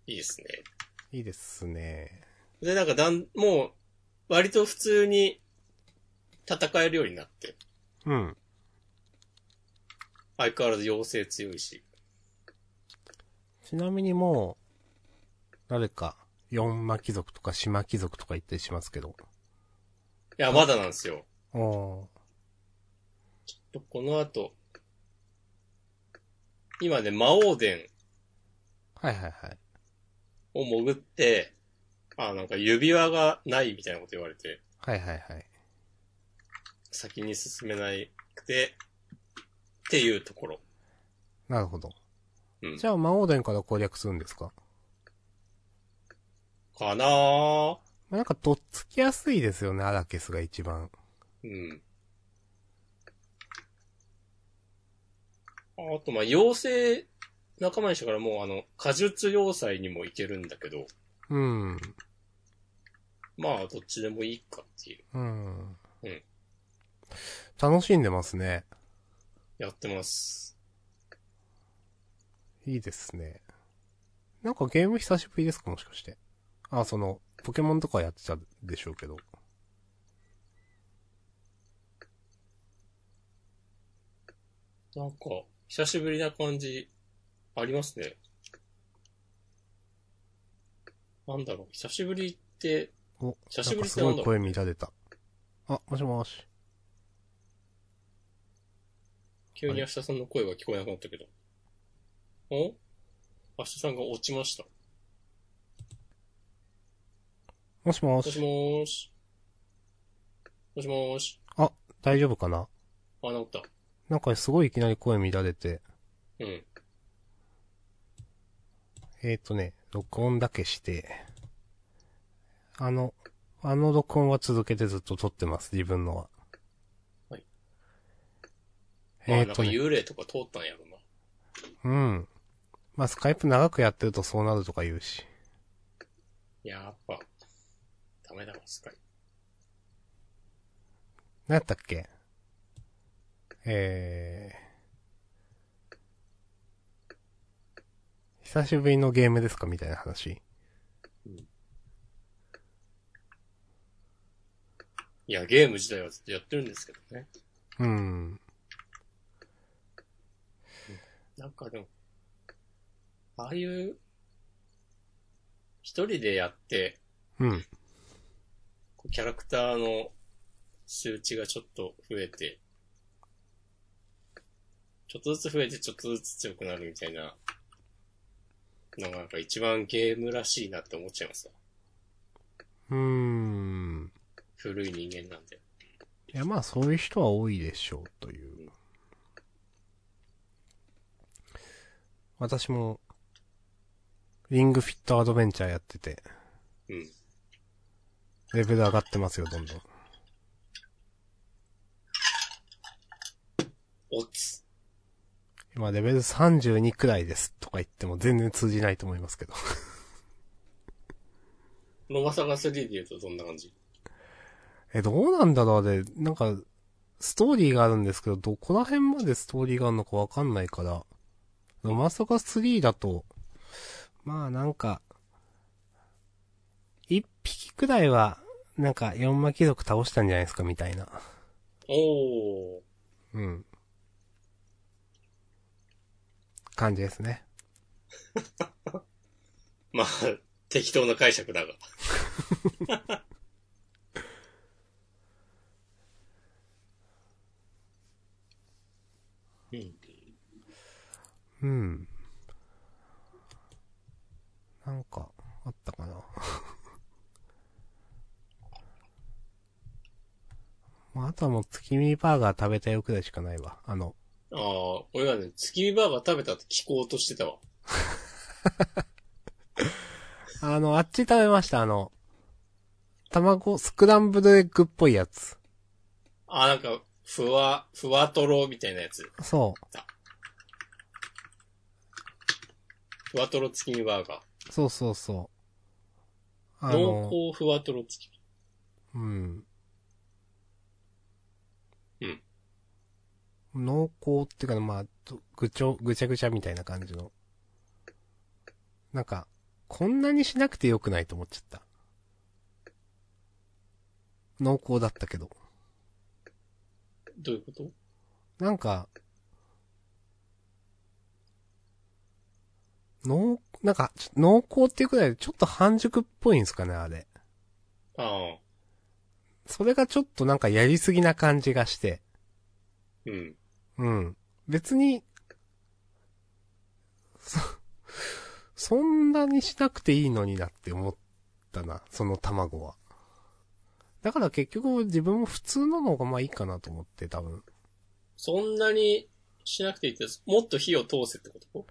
S2: いいですね。
S1: <laughs> いいですね。
S2: で、なんかだん、もう、割と普通に戦えるようになって。
S1: うん。
S2: 相変わらず妖精強いし。
S1: ちなみにもう、誰か、四魔貴族とか島貴族とか言ったりしますけど。
S2: いや、まだなんですよ。
S1: お
S2: この後、今ね、魔王殿
S1: ー。はいはいはい。
S2: を潜って、あ、なんか指輪がないみたいなこと言われて、
S1: はいはいはい。
S2: 先に進めないくて、っていうところ。
S1: なるほど。
S2: うん
S1: じゃあ、魔王殿から攻略するんですか
S2: かなー
S1: まあなんか、とっつきやすいですよね、アラケスが一番。
S2: うん。あと、まあ、妖精仲間にしたからもう、あの、果術要塞にも行けるんだけど、
S1: うん。
S2: まあ、どっちでもいいかっていう。
S1: うん。
S2: うん
S1: 楽しんでますね。
S2: やってます。
S1: いいですね。なんかゲーム久しぶりですかもしかして。あ、その、ポケモンとかやってたでしょうけど。
S2: なんか、久しぶりな感じ、ありますね。なんだろう、久しぶりって、
S1: お、
S2: 久
S1: な
S2: し
S1: んか
S2: ぶりって
S1: す
S2: な
S1: ご
S2: んだ
S1: い
S2: ろう
S1: 声乱れた。あ、もしもし。
S2: 急に明日さんの声が聞こえなくなったけど。お明日さんが落ちました。
S1: もしも
S2: もし
S1: し。
S2: もーし。もしもーし。
S1: あ、大丈夫かな
S2: あ、治った。
S1: なんかすごいいきなり声乱れて。
S2: うん。
S1: えーとね、録音だけして、あの、あの録音は続けてずっと撮ってます、自分のは。
S2: はい。ま
S1: え
S2: あ、な
S1: ー
S2: んか
S1: と、ね、
S2: 幽霊とか通ったんやろな。
S1: うん。まあ、スカイプ長くやってるとそうなるとか言うし。
S2: やっぱ、ダメだわ、スカイ。
S1: 何やったっけえー、久しぶりのゲームですかみたいな話。
S2: いや、ゲーム自体はずっとやってるんですけどね。
S1: うん。
S2: なんかでも、ああいう、一人でやって、
S1: うん。
S2: こうキャラクターの数値がちょっと増えて、ちょっとずつ増えて、ちょっとずつ強くなるみたいな、のがなんか一番ゲームらしいなって思っちゃいますわ。
S1: うーん。
S2: 古い人間なんで。
S1: いや、まあ、そういう人は多いでしょう、という。私も、リングフィットアドベンチャーやってて、
S2: うん。
S1: レベル上がってますよ、どんどん。
S2: おつ。
S1: 今、レベル32くらいです、とか言っても全然通じないと思いますけど。
S2: ロバサガ3で言うとどんな感じ
S1: え、どうなんだろうで、なんか、ストーリーがあるんですけど、どこら辺までストーリーがあるのかわかんないから、ロマサガ3だと、まあなんか、一匹くらいは、なんか、四魔貴族倒したんじゃないですか、みたいな。
S2: おー。
S1: うん。感じですね。
S2: まあ、適当な解釈だが。うん。
S1: うん。なんか、あったかな。 <laughs> まあ、あとはもう月見バーガー食べたよくらいしかないわ。あの、
S2: ああ、俺はね、月見バーガー食べたって聞こうとしてたわ。
S1: あの、あっち食べました、あの、卵、スクランブルエッグっぽいやつ。
S2: ああ、なんか、ふわ、ふわとろみたいなやつ。
S1: そ
S2: ふわとろ月見バーガ
S1: う。そうそうそう。あ
S2: ー。濃
S1: の、
S2: 厚ふわとろ月見。
S1: うん。
S2: うん。
S1: 濃厚っていうか、まあ、どぐちょ、ぐちゃぐちゃみたいな感じの。なんか、こんなにしなくてよくないと思っちゃった。濃厚だったけど。
S2: どういうこと
S1: なんか、濃、なんか、ちょ濃厚っていうくらいでちょっと半熟っぽいんですかね、あれ。
S2: ああ、
S1: それがちょっとなんかやりすぎな感じがして。
S2: うん。
S1: うん。別に、そ、そんなにしなくていいのになって思ったな、その卵は。だから結局自分も普通ののがまあいいかなと思って、多分。
S2: そんなにしなくていいって、もっと火を通せってこと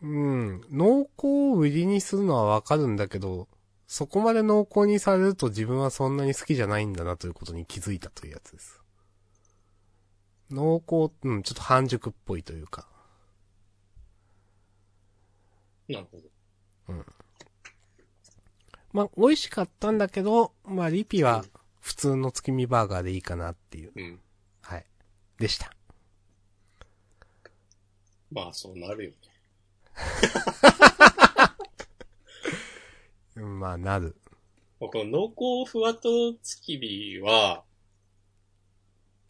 S1: うん。濃厚を売りにするのはわかるんだけど、そこまで濃厚にされると自分はそんなに好きじゃないんだなということに気づいたというやつです。濃厚、うん、ちょっと半熟っぽいというか。
S2: なるほど。
S1: まあ、美味しかったんだけど、まあ、リピは普通の月見バーガーでいいかなっていう。
S2: うん。
S1: はい。でした。
S2: まあ、そうなるよね。
S1: うんまあ、なる。
S2: まあこの濃厚ふわとつきびは、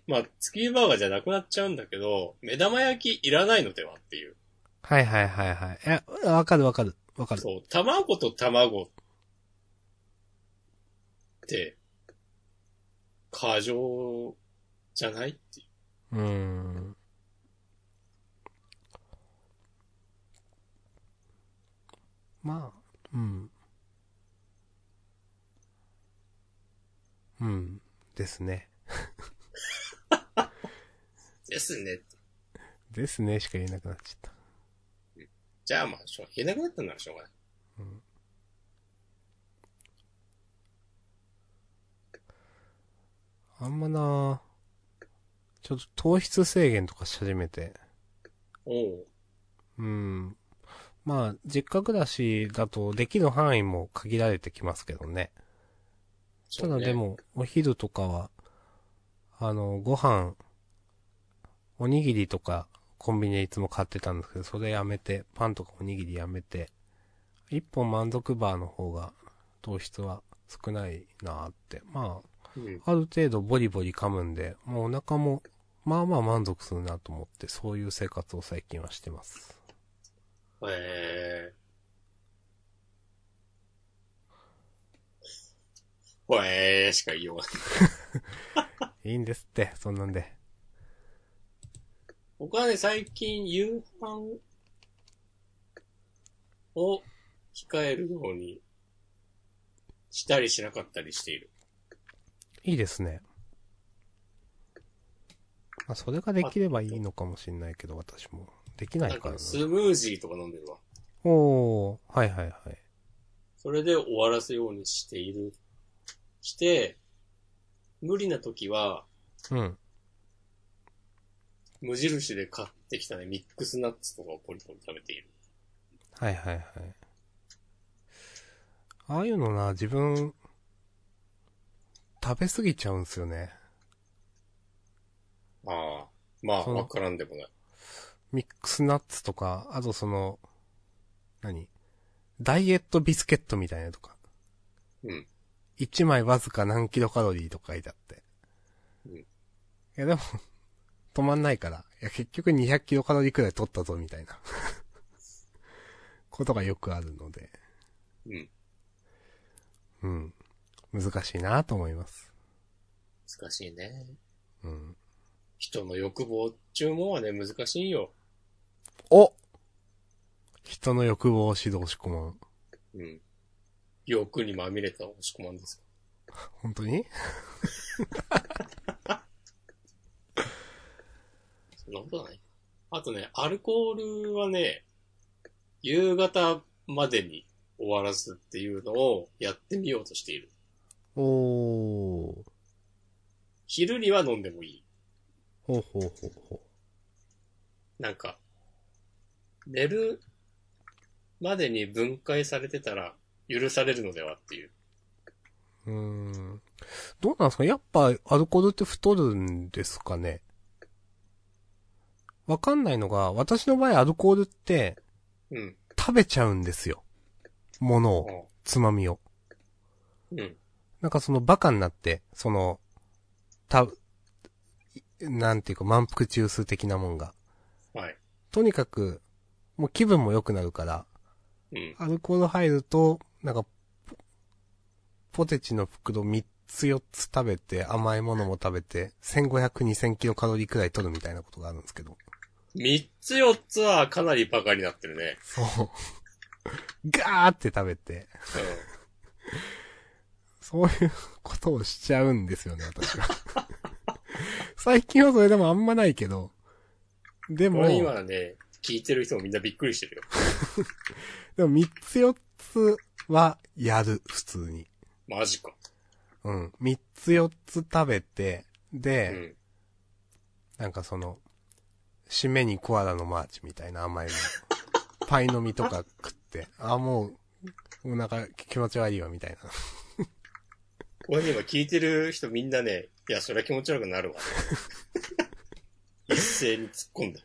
S2: まあ、つきびバーガーじゃなくなっちゃうんだけど、目玉焼きいらないのではっていう。
S1: はいはいはいはい。え、わかるわかる。わかる。
S2: そう、卵と卵って、過剰じゃないっていう
S1: ーん。まあ、うん。うん。ですね。
S2: う。ですね。
S1: ですねしか言えなくなっちゃった。
S2: じゃあまあ、しょう言えなくなったんならしょうがない。
S1: あんまなちょっと糖質制限とかし始めて。
S2: おう。
S1: うん。まあ、実家暮らしだとできる範囲も限られてきますけどね。
S2: そ
S1: た
S2: う
S1: だ
S2: ね
S1: で。も、お昼とかは、あの、ご飯、おにぎりとか、コンビニでいつも買ってたんですけど、それやめて、パンとかおにぎりやめて、一本満足バーの方が、糖質は少ないなーって。まあ、
S2: うん。
S1: ある程度ボリボリ噛むんで、もうお腹も、まあまあ満足するなと思って、そういう生活を最近はしてます。
S2: えー。ほえーしか言いようがない。
S1: いいんですって、そんなんで。
S2: 僕はね、最近夕飯を控えるようにしたりしなかったりしている。
S1: いいですね。まあ、それができればいいのかもしれないけど、私も。できない
S2: なん
S1: から
S2: か
S1: な。
S2: スムージーとか飲んでるわ。
S1: おー、はいはいはい。
S2: それで終わらせようにしている。して、無理な時は、
S1: うん。
S2: 無印で買ってきたね、ミックスナッツとかをポリポリ食べている。
S1: はいはいはい。ああいうのな、自分、食べ過ぎちゃうんすよね。
S2: ああ。まあ、
S1: そう
S2: わからんでもない。
S1: ミックスナッツとか、あとその、何ダイエットビスケットみたいなのとか。
S2: うん。
S1: 一枚わずか何キロカロリーとか書いてあって。
S2: うん
S1: いやでも、 <laughs> 止まんないから。いや結局200キロカロリーくらい取ったぞみたいな。 <laughs> ことがよくあるので。
S2: うん。
S1: うん。難しいなと思います。
S2: 難しいね。
S1: うん。
S2: 人の欲望っちゅうもんはね、難しいよ。
S1: お人の欲望を指導し込まん。
S2: うん。欲にまみれた押し込まんです。
S1: 本当に
S2: そんなことない。あとね、アルコールはね、夕方までに終わらすっていうのをやってみようとしている。
S1: おー。
S2: 昼には飲んでもいい。
S1: ほうほうほうほ
S2: なんか、寝るまでに分解されてたら許されるのではっていう。
S1: う。うーん。どうなんですかやっぱアルコールって太るんですかねわかんないのが、私の場合アルコールって
S2: うん。
S1: 食べちゃうんですよ。ものを、つまみを。
S2: うん。
S1: なんかそのバカになって、その、た、なんていうか満腹中枢的なもんが。
S2: はい。
S1: とにかく、もう気分も良くなるから、
S2: うん。
S1: アルコール入ると、なんか、ポポテチの袋3つ4つ食べて、甘いものも食べて、1500、2000キロカロリーくらい取るみたいなことがあるんですけど。
S2: 三つ四つはかなりバカになってるね。
S1: そう。ガーって食べて、そういうことをしちゃうんですよね、
S2: <laughs>
S1: 私は。最近はそれでもあんまないけど、で
S2: うん。
S1: も、
S2: これ今ね、聞いてる人もみんなびっくりしてるよ。
S1: でも3つ4つはやる、普通に。
S2: マジか。
S1: うん。3つ4つ食べて、
S2: う
S1: で、
S2: ん。
S1: なんかその、締めにコアラのマーチみたいな
S2: <laughs>
S1: 甘いの。パイの実とか食って、あ、もう、お腹気持ち悪いわ、みたいな。
S2: これ今聞いてる人みんなね、いや、そりゃ気持ち悪くなるわ。一斉に突っ込んだ。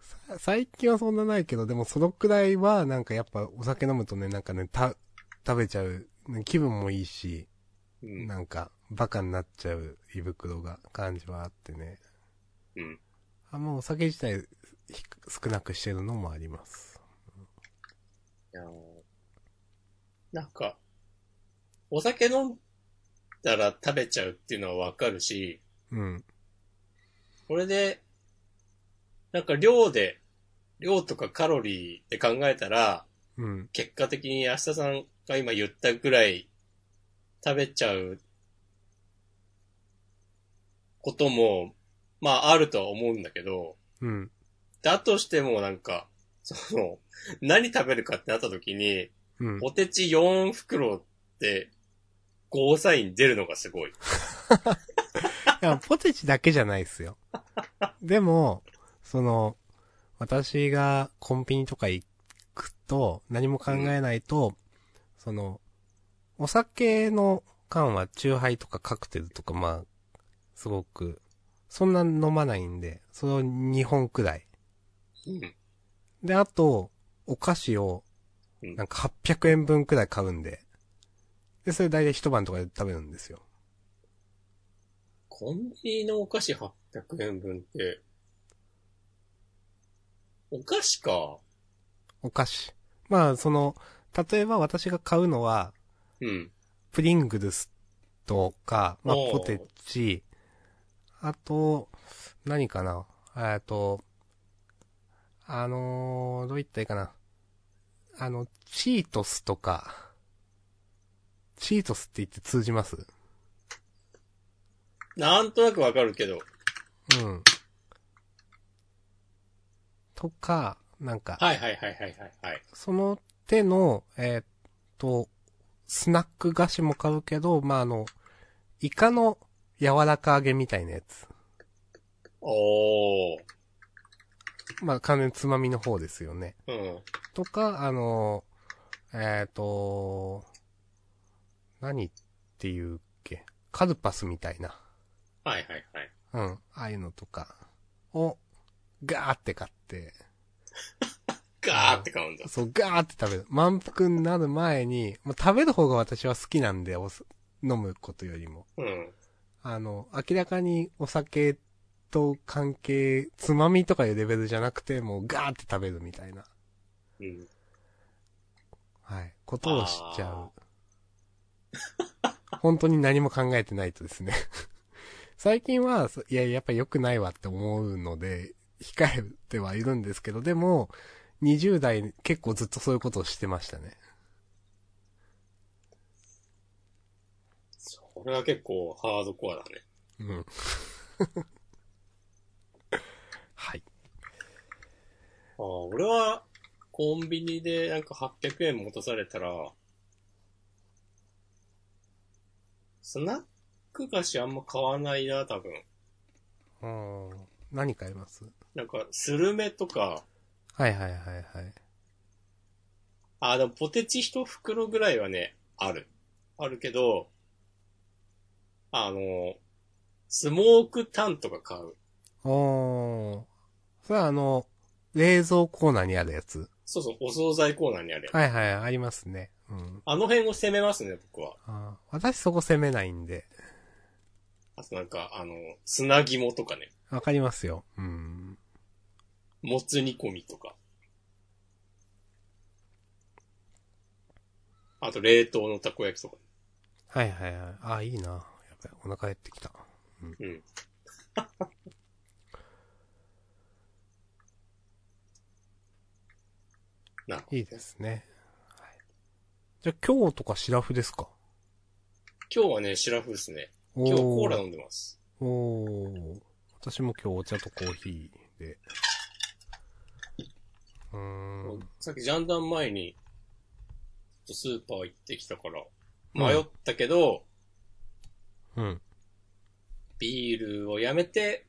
S1: さ最近はそんなないけど、でもそのくらいは、なんかやっぱお酒飲むとね、なんかね、た、食べちゃう、気分もいいし、
S2: うん。
S1: なんか、バカになっちゃう胃袋が、感じはあってね。
S2: うん。
S1: あんまお酒自体、ひ少なくしてるのもあります。
S2: いやーなんか、お酒飲んだら食べちゃうっていうのはわかるし、
S1: うん。
S2: これで、なんか量で、量とかカロリーで考えたら、
S1: うん。
S2: 結果的に明日さんが今言ったぐらい食べちゃうことも、まああるとは思うんだけど、
S1: うん。
S2: だとしてもなんか、その、何食べるかってなった時に、
S1: うん。
S2: ポテチ4袋って、ゴーサイン出るのがすごい。
S1: いや、ポテチだけじゃないですよ。でも、その、私がコンビニとか行くと、何も考えないと、その、お酒の缶はチューハイとかカクテルとか、まあ、すごく、そんな飲まないんで、それを2本くらい。
S2: うん。
S1: で、あと、お菓子を、
S2: うん
S1: なんか800円分くらい買うんで、で、それ大体一晩とかで食べるんですよ。
S2: コンビニのお菓子800円分って、お菓子か。
S1: お菓子。まあ、その、例えば私が買うのは、
S2: うん。
S1: プリングルスとか、まあ
S2: お、ー
S1: ポテチ、あと、何かなえっと、あのーどう言ったらいいかな。あの、チートスとか、チートスって言って通じます
S2: なんとなくわかるけど。
S1: うん。とか、なんか、
S2: はいはいはいはいはい、はい。
S1: その手の、えーっと、スナック菓子も買うけど、まあ、あの、イカの柔らか揚げみたいなやつ。
S2: おー。
S1: まあ、完全につまみの方ですよね。
S2: うん。
S1: とか、あの、えーっと、何っていうっけ。カルパスみたいな。
S2: はいはいはい。
S1: うん。ああいうのとかを、ガーって買って、
S2: ガーって買うんだ。
S1: そう、ガーって食べる。満腹になる前に、もう食べる方が私は好きなんで、お酢飲むことよりも。
S2: うん。
S1: あの、明らかにお酒と関係、つまみとかいうレベルじゃなくて、もうガーって食べるみたいな、
S2: うん。
S1: はい、ことをしちゃう。本当に何も考えてないとですね。最近は、そいや、やっぱ良くないわって思うので、控えてはいるんですけど、でも、20代結構ずっとそういうことをしてましたね。
S2: それは結構ハードコアだね。
S1: うん。はい。
S2: ああ、俺は、コンビニでなんか800円戻されたら、スナック菓子あんま買わないな、多分。
S1: うん。何買います
S2: なんか、スルメとか、
S1: はいはいはいはい。
S2: あ、でもポテチ一袋ぐらいはね、ある。あるけど、あの、スモークタンとか買う。
S1: おー。それはあの、冷蔵コーナーにあるやつ。
S2: そうそう、お惣菜コーナーにあるやつ。
S1: はいはい、ありますね。うん。
S2: あの辺を攻めますね、僕は。
S1: あー私そこ攻めないんで、
S2: あとなんか、あの、砂肝とかね、
S1: わかりますよ。うん。
S2: もつ煮込みとか。あと冷凍のたこ焼きとか。
S1: はいはいはい。あ、いいな。やばい、お腹減ってきた。
S2: うん。な、
S1: いいですね。はいじゃあ今日とかシラフですか
S2: 今日はね、シラフですね。
S1: お
S2: 今日コーラ
S1: ー
S2: 飲んでます。
S1: おー私も今日お茶とコーヒーで。うーん。
S2: さっきジャンダン前に、ちょっとスーパー行ってきたから、迷ったけど、
S1: うん。
S2: ビールをやめて、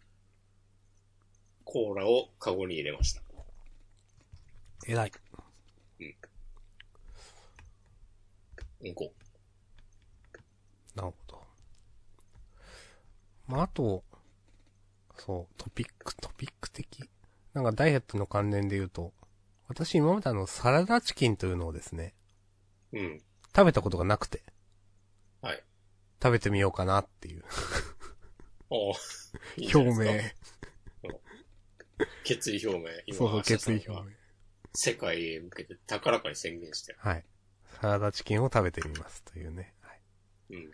S2: コーラをカゴに入れました。
S1: 偉い。
S2: うんこ。
S1: なるほど。まあ、あと、そう、トピック、トピック的。なんかダイエットの関連で言うと、私今まであの、サラダチキンというのをですね、
S2: うん。
S1: 食べたことがなくて。
S2: はい。
S1: 食べてみようかなっていう、
S2: おういいんじ
S1: <laughs>
S2: ゃ
S1: 表
S2: ないですか
S1: 明。
S2: 決意表明。今
S1: そうそう、決意表。
S2: 明日さ
S1: 明
S2: んが。世界へ向けて高らかに宣言して
S1: はい。サラダチキンを食べてみますというね。はい
S2: うん。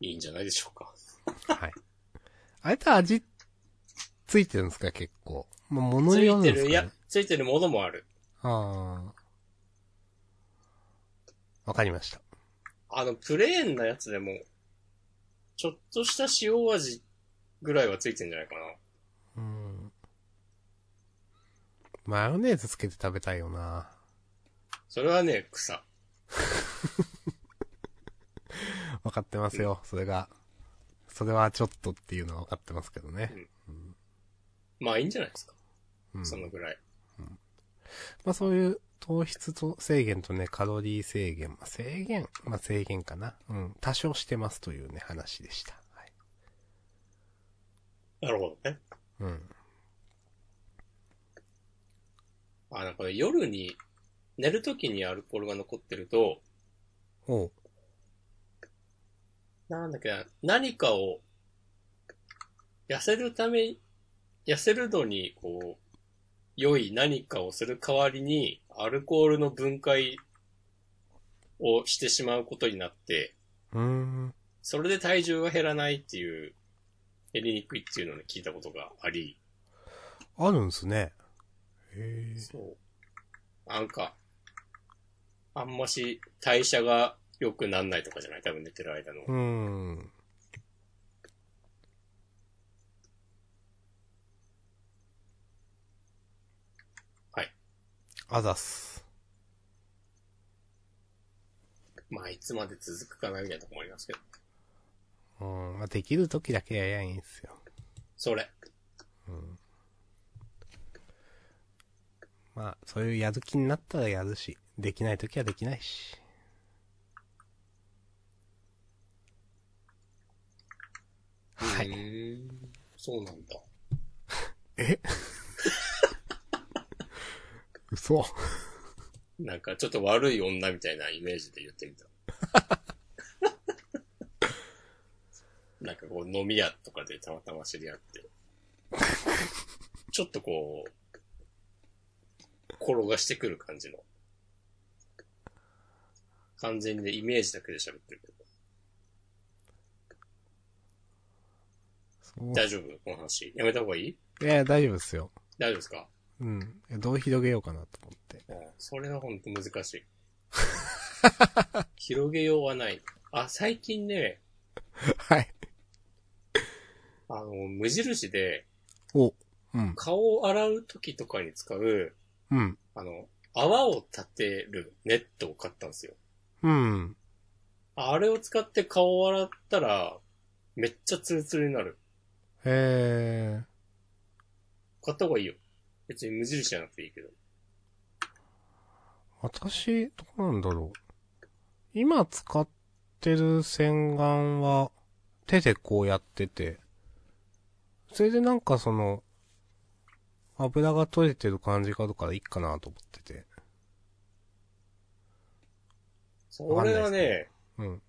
S2: いいんじゃないでしょうか。
S1: はい。あれって味、ついてるんですか結構。まあ、物
S2: つ
S1: による
S2: い
S1: ん
S2: て
S1: ですか、
S2: る、
S1: ね、
S2: いや、ついてるものもある。
S1: ああ。わかりました。
S2: あの、プレーンなやつでも、ちょっとした塩味ぐらいはついてんじゃないかな。
S1: うん。マヨネーズつけて食べたいよな。
S2: それはね、草。
S1: わかってますよ、それが。それはちょっとっていうのはわかってますけどね。
S2: まあいいんじゃないですか。
S1: うん。
S2: そのぐらい。
S1: まあそういう糖質と制限とね、カロリー制限。まあ、制限まあ制限かな。うん。多少してますというね、話でした。はい。
S2: なるほどね。
S1: うん。
S2: あ、なんか夜に、寝るときにアルコールが残ってると、
S1: おう。
S2: なんだっけな、何かを、痩せるため、痩せるのに、こう、良い何かをする代わりに、アルコールの分解をしてしまうことになって、
S1: うーん。
S2: それで体重が減らないっていう、減りにくいっていうのを聞いたことがあり、
S1: あるんすね。へえ。
S2: そう。なんか、あんまし代謝が良くなんないとかじゃない多分寝てる間の。
S1: うーん。
S2: はい。
S1: あざっす。
S2: まあ、いつまで続くかなみたいなとこもありますけど。
S1: うん。まあ、できる時だけやりゃいいんすよ。
S2: それ。
S1: うん。まあ、そういうやる気になったらやるし、できない時はできないし。は
S2: う
S1: い。
S2: ーん。そうなんだ。
S1: 嘘。
S2: なんか、ちょっと悪い女みたいなイメージで言ってみた。
S1: <laughs>
S2: なんかこう、飲み屋とかでたまたま知り合って。ちょっとこう、転がしてくる感じの。完全にね、イメージだけで喋ってるけど。
S1: そう
S2: 大丈夫この話。やめた方がいい
S1: いや、大丈夫ですよ。
S2: 大丈夫ですか
S1: うん。いやどう広げようかなと思って。
S2: うんそれは本当難しい。広げようはない。あ、最近ね、
S1: はい。
S2: あの、無印で
S1: お。うん。
S2: 顔を洗う時とかに使う、
S1: うん。
S2: あの、泡を立てるネットを買ったんですよ。
S1: うん。
S2: あれを使って顔を洗ったら、めっちゃツルツルになる。
S1: へえ。
S2: 買った方がいいよ。別に無印じゃなくていいけど。
S1: 私、どうなんだろう。今使ってる洗顔は、手でこうやってて、それでなんかその、油が取れてる感じがあるからいいかなと思ってて。
S2: それはね、
S1: うん。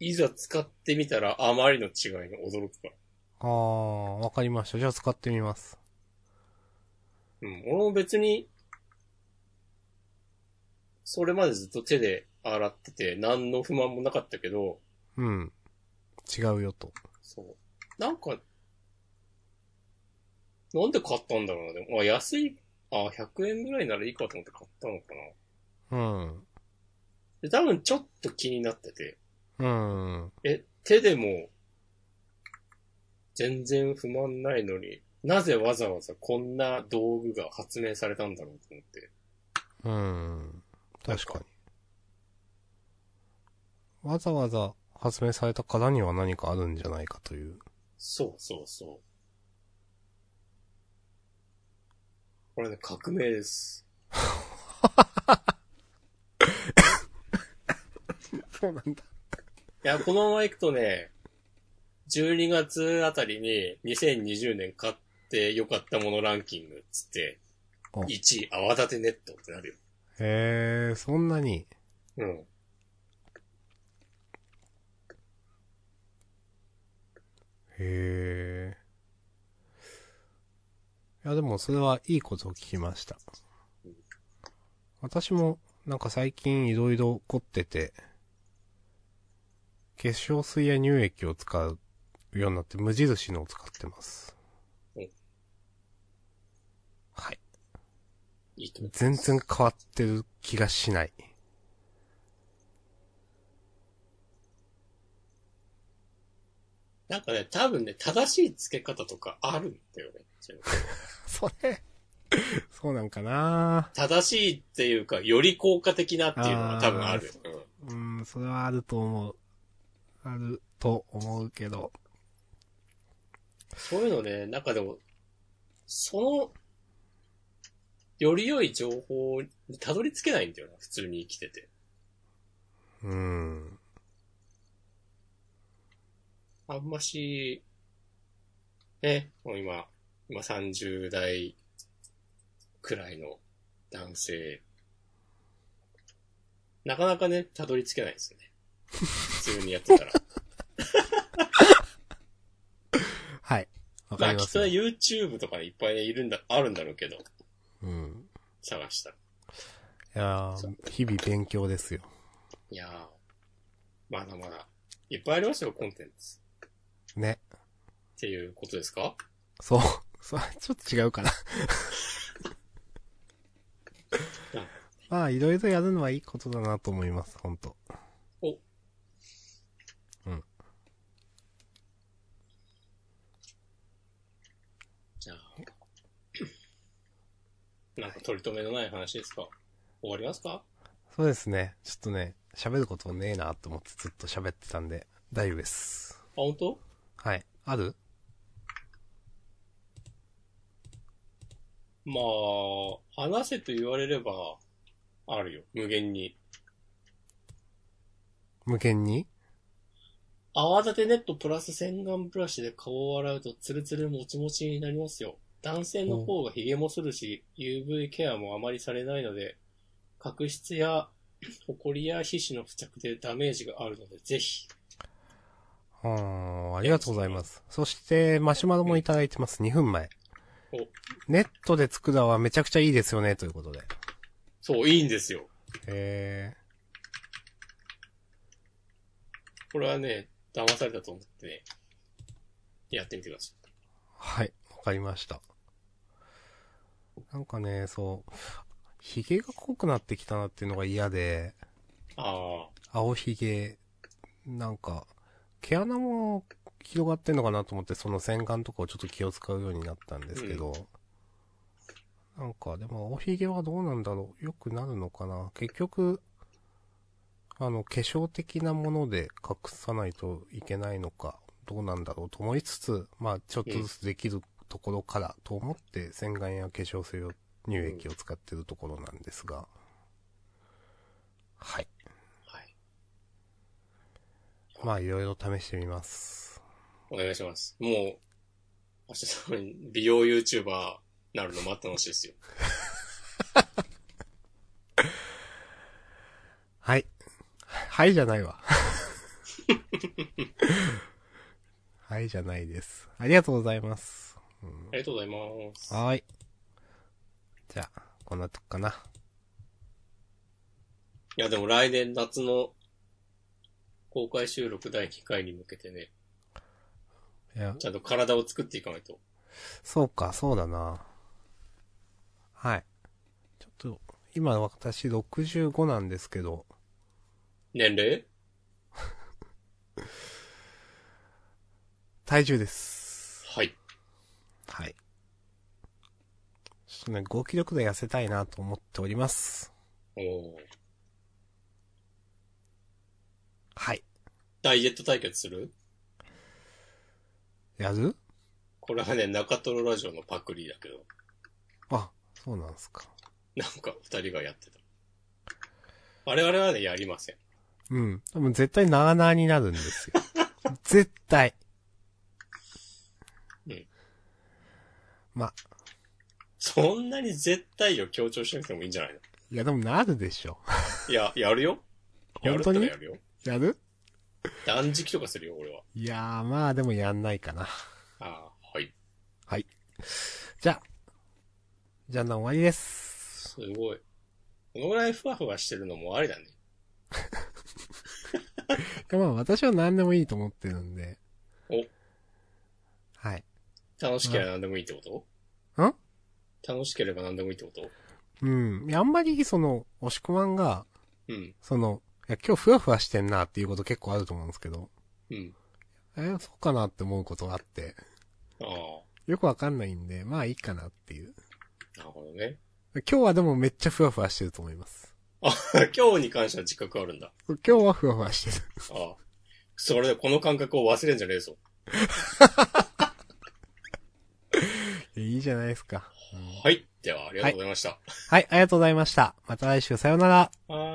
S2: いざ使ってみたらあまりの違いに驚くから。
S1: あー、わかりました。じゃあ使ってみます。
S2: うん、俺も別に、それまでずっと手で洗ってて、何の不満もなかったけど、
S1: うん。違うよと。
S2: そう。なんか、なんで買ったんだろうな、でも。あ、安い、あ、100円ぐらいならいいかと思って買ったのかな。
S1: うん。
S2: で、多分ちょっと気になってて、
S1: うん。
S2: え、手でも、全然不満ないのに、なぜわざわざこんな道具が発明されたんだろうと思って。
S1: うん。確かに。わざわざ発明されたからには何かあるんじゃないかという。
S2: そうそうそう。これね、革命です。
S1: <laughs> そうなんだ。
S2: いや、このまま行くとね、12月あたりに2020年買って良かったものランキングっつって
S1: お、
S2: 1位泡立てネットってなるよ。
S1: へえ、そんなに。
S2: うん。
S1: へえ。いや、でもそれはいいことを聞きました。私も、なんか最近いろいろ凝ってて、化粧水や乳液を使うようになって無印のを使ってます
S2: お。
S1: はい。
S2: いいと思う。
S1: 全然変わってる気がしない。
S2: なんかね、多分ね、正しい付け方とかあるんだよね。
S1: それ、 <laughs> そうなんかな
S2: 正しいっていうか、より効果的なっていうのは多分ある。うん
S1: うん、それはあると思う。あると思うけど。
S2: そういうのね、なんかでも、その、より良い情報にたどり着けないんだよな、普通に生きてて。
S1: うん。
S2: あんまし、ね、もう今、今30代くらいの男性、なかなかね、たどり着けないですよね。普通にやってた <laughs> ら。
S1: はい。わ
S2: ま
S1: か
S2: あ
S1: りま
S2: きっ
S1: すよ、
S2: とね YouTube とかいっぱいねいるんだ、あるんだろうけど、
S1: うん。
S2: 探したら。
S1: いやー日々勉強ですよ。
S2: いやー、まだまだ、いっぱいありますよ、コンテンツ。
S1: ね。
S2: っていうことですか
S1: そう。 <laughs> そう、ちょっと違う
S2: <laughs>
S1: かな。まあ、いろいろやるのはいいことだなと思います、ほんと。
S2: お。
S1: うん。
S2: じゃあ、なんか取り留めのない話ですか終わりますか
S1: そうですね。ちょっとね、喋ることねえなと思ってずっと喋ってたんで、大丈夫です
S2: あ、。本当
S1: はい。ある
S2: まあ、話せと言われれば、あるよ。無限に。
S1: 無限に
S2: 泡立てネットプラス洗顔ブラシで顔を洗うとツルツルもちもちになりますよ。男性の方がヒゲもするし、UV ケアもあまりされないので、角質や埃や皮脂の付着でダメージがあるので、ぜひ。
S1: うーん、ありがとうございます。そして、マシュマロもいただいてます。2分前
S2: お。
S1: ネットで作るのはめちゃくちゃいいですよね、ということで。
S2: そう、いいんですよ。
S1: へ
S2: これはね、騙されたと思ってね、やってみてください。
S1: ー。はい、わかりました。なんかね、そう、髭が濃くなってきたなっていうのが嫌で、
S2: ああ、
S1: 青髭、なんか、毛穴も広がってんのかなと思って、その洗顔とかをちょっと気を使うようになったんですけど、なんか、でも、青髭はどうなんだろう良くなるのかな結局、あの、化粧的なもので隠さないといけないのか、どうなんだろうと思いつつ、まあ、ちょっとずつできるところからと思って、洗顔や化粧水を、乳液を使ってるところなんですが、はい。
S2: はい。
S1: まあ、いろいろ試してみます。
S2: お願いします。もう、明日多分、美容 YouTuber なるの待ったなしですよ。
S1: はい。はいじゃない
S2: <laughs>
S1: わ。はいじゃないです。ありがとうございます。
S2: ありがとうございます。
S1: はーい。じゃあ、こんなとこかな。
S2: いや、でも来年夏の公開収録第2回に向けてね、
S1: いや、
S2: ちゃんと体を作っていかないと。
S1: そうか、そうだな。はい。ちょっと、今私65なんですけど、
S2: 年齢
S1: 体重です。
S2: はい。
S1: はい。ちょっとね、5キロくらい痩せたいなと思っております。
S2: おー
S1: はい。
S2: ダイエット対決する
S1: やる
S2: これはね、中トロラジオのパクリだけど、
S1: あ、そうなんすか。
S2: なんか二人がやってた。我々はね、やりません。
S1: うん。でも絶対なあなあになるんですよ。絶対。
S2: うん。
S1: ま、
S2: そんなに絶対を強調しなくてもいいんじゃないの
S1: いやでもなるでしょ。
S2: いや、やるよ。や
S1: 本
S2: るった
S1: 当
S2: ら
S1: に
S2: やるよ。
S1: やる
S2: 断食とかするよ、俺は。
S1: いやーまあでもやんないかな。
S2: ああ、はい。
S1: じゃあ。じゃあな終わりです。
S2: すごい。このぐらいふわふわしてるのもありだね。
S1: いやまあ私は何でもいいと思ってるんで。
S2: お
S1: はい。
S2: 楽しければ何でもいいってこと
S1: ん
S2: 楽しければ何でもいいってこと
S1: うん。いやあんまりその、押し込まんが、
S2: うん。
S1: その、いや今日ふわふわしてんなっていうこと結構あると思うんですけど、
S2: うん。
S1: えーそうかなって思うことがあって、
S2: ああ、
S1: よくわかんないんで、まあいいかなっていう。
S2: なるほ
S1: <laughs>
S2: どね。
S1: 今日はでもめっちゃふわふわしてると思います。
S2: あ、今日に関しては自覚あるんだ。
S1: 今日はふわふわしてる。
S2: ああ。それでこの感覚を忘れんじゃねえぞ。
S1: いやいいじゃないですか。
S2: はい。では、ありがとうございました。
S1: はい、ありがとうございました。また来週さようなら。
S2: はーい。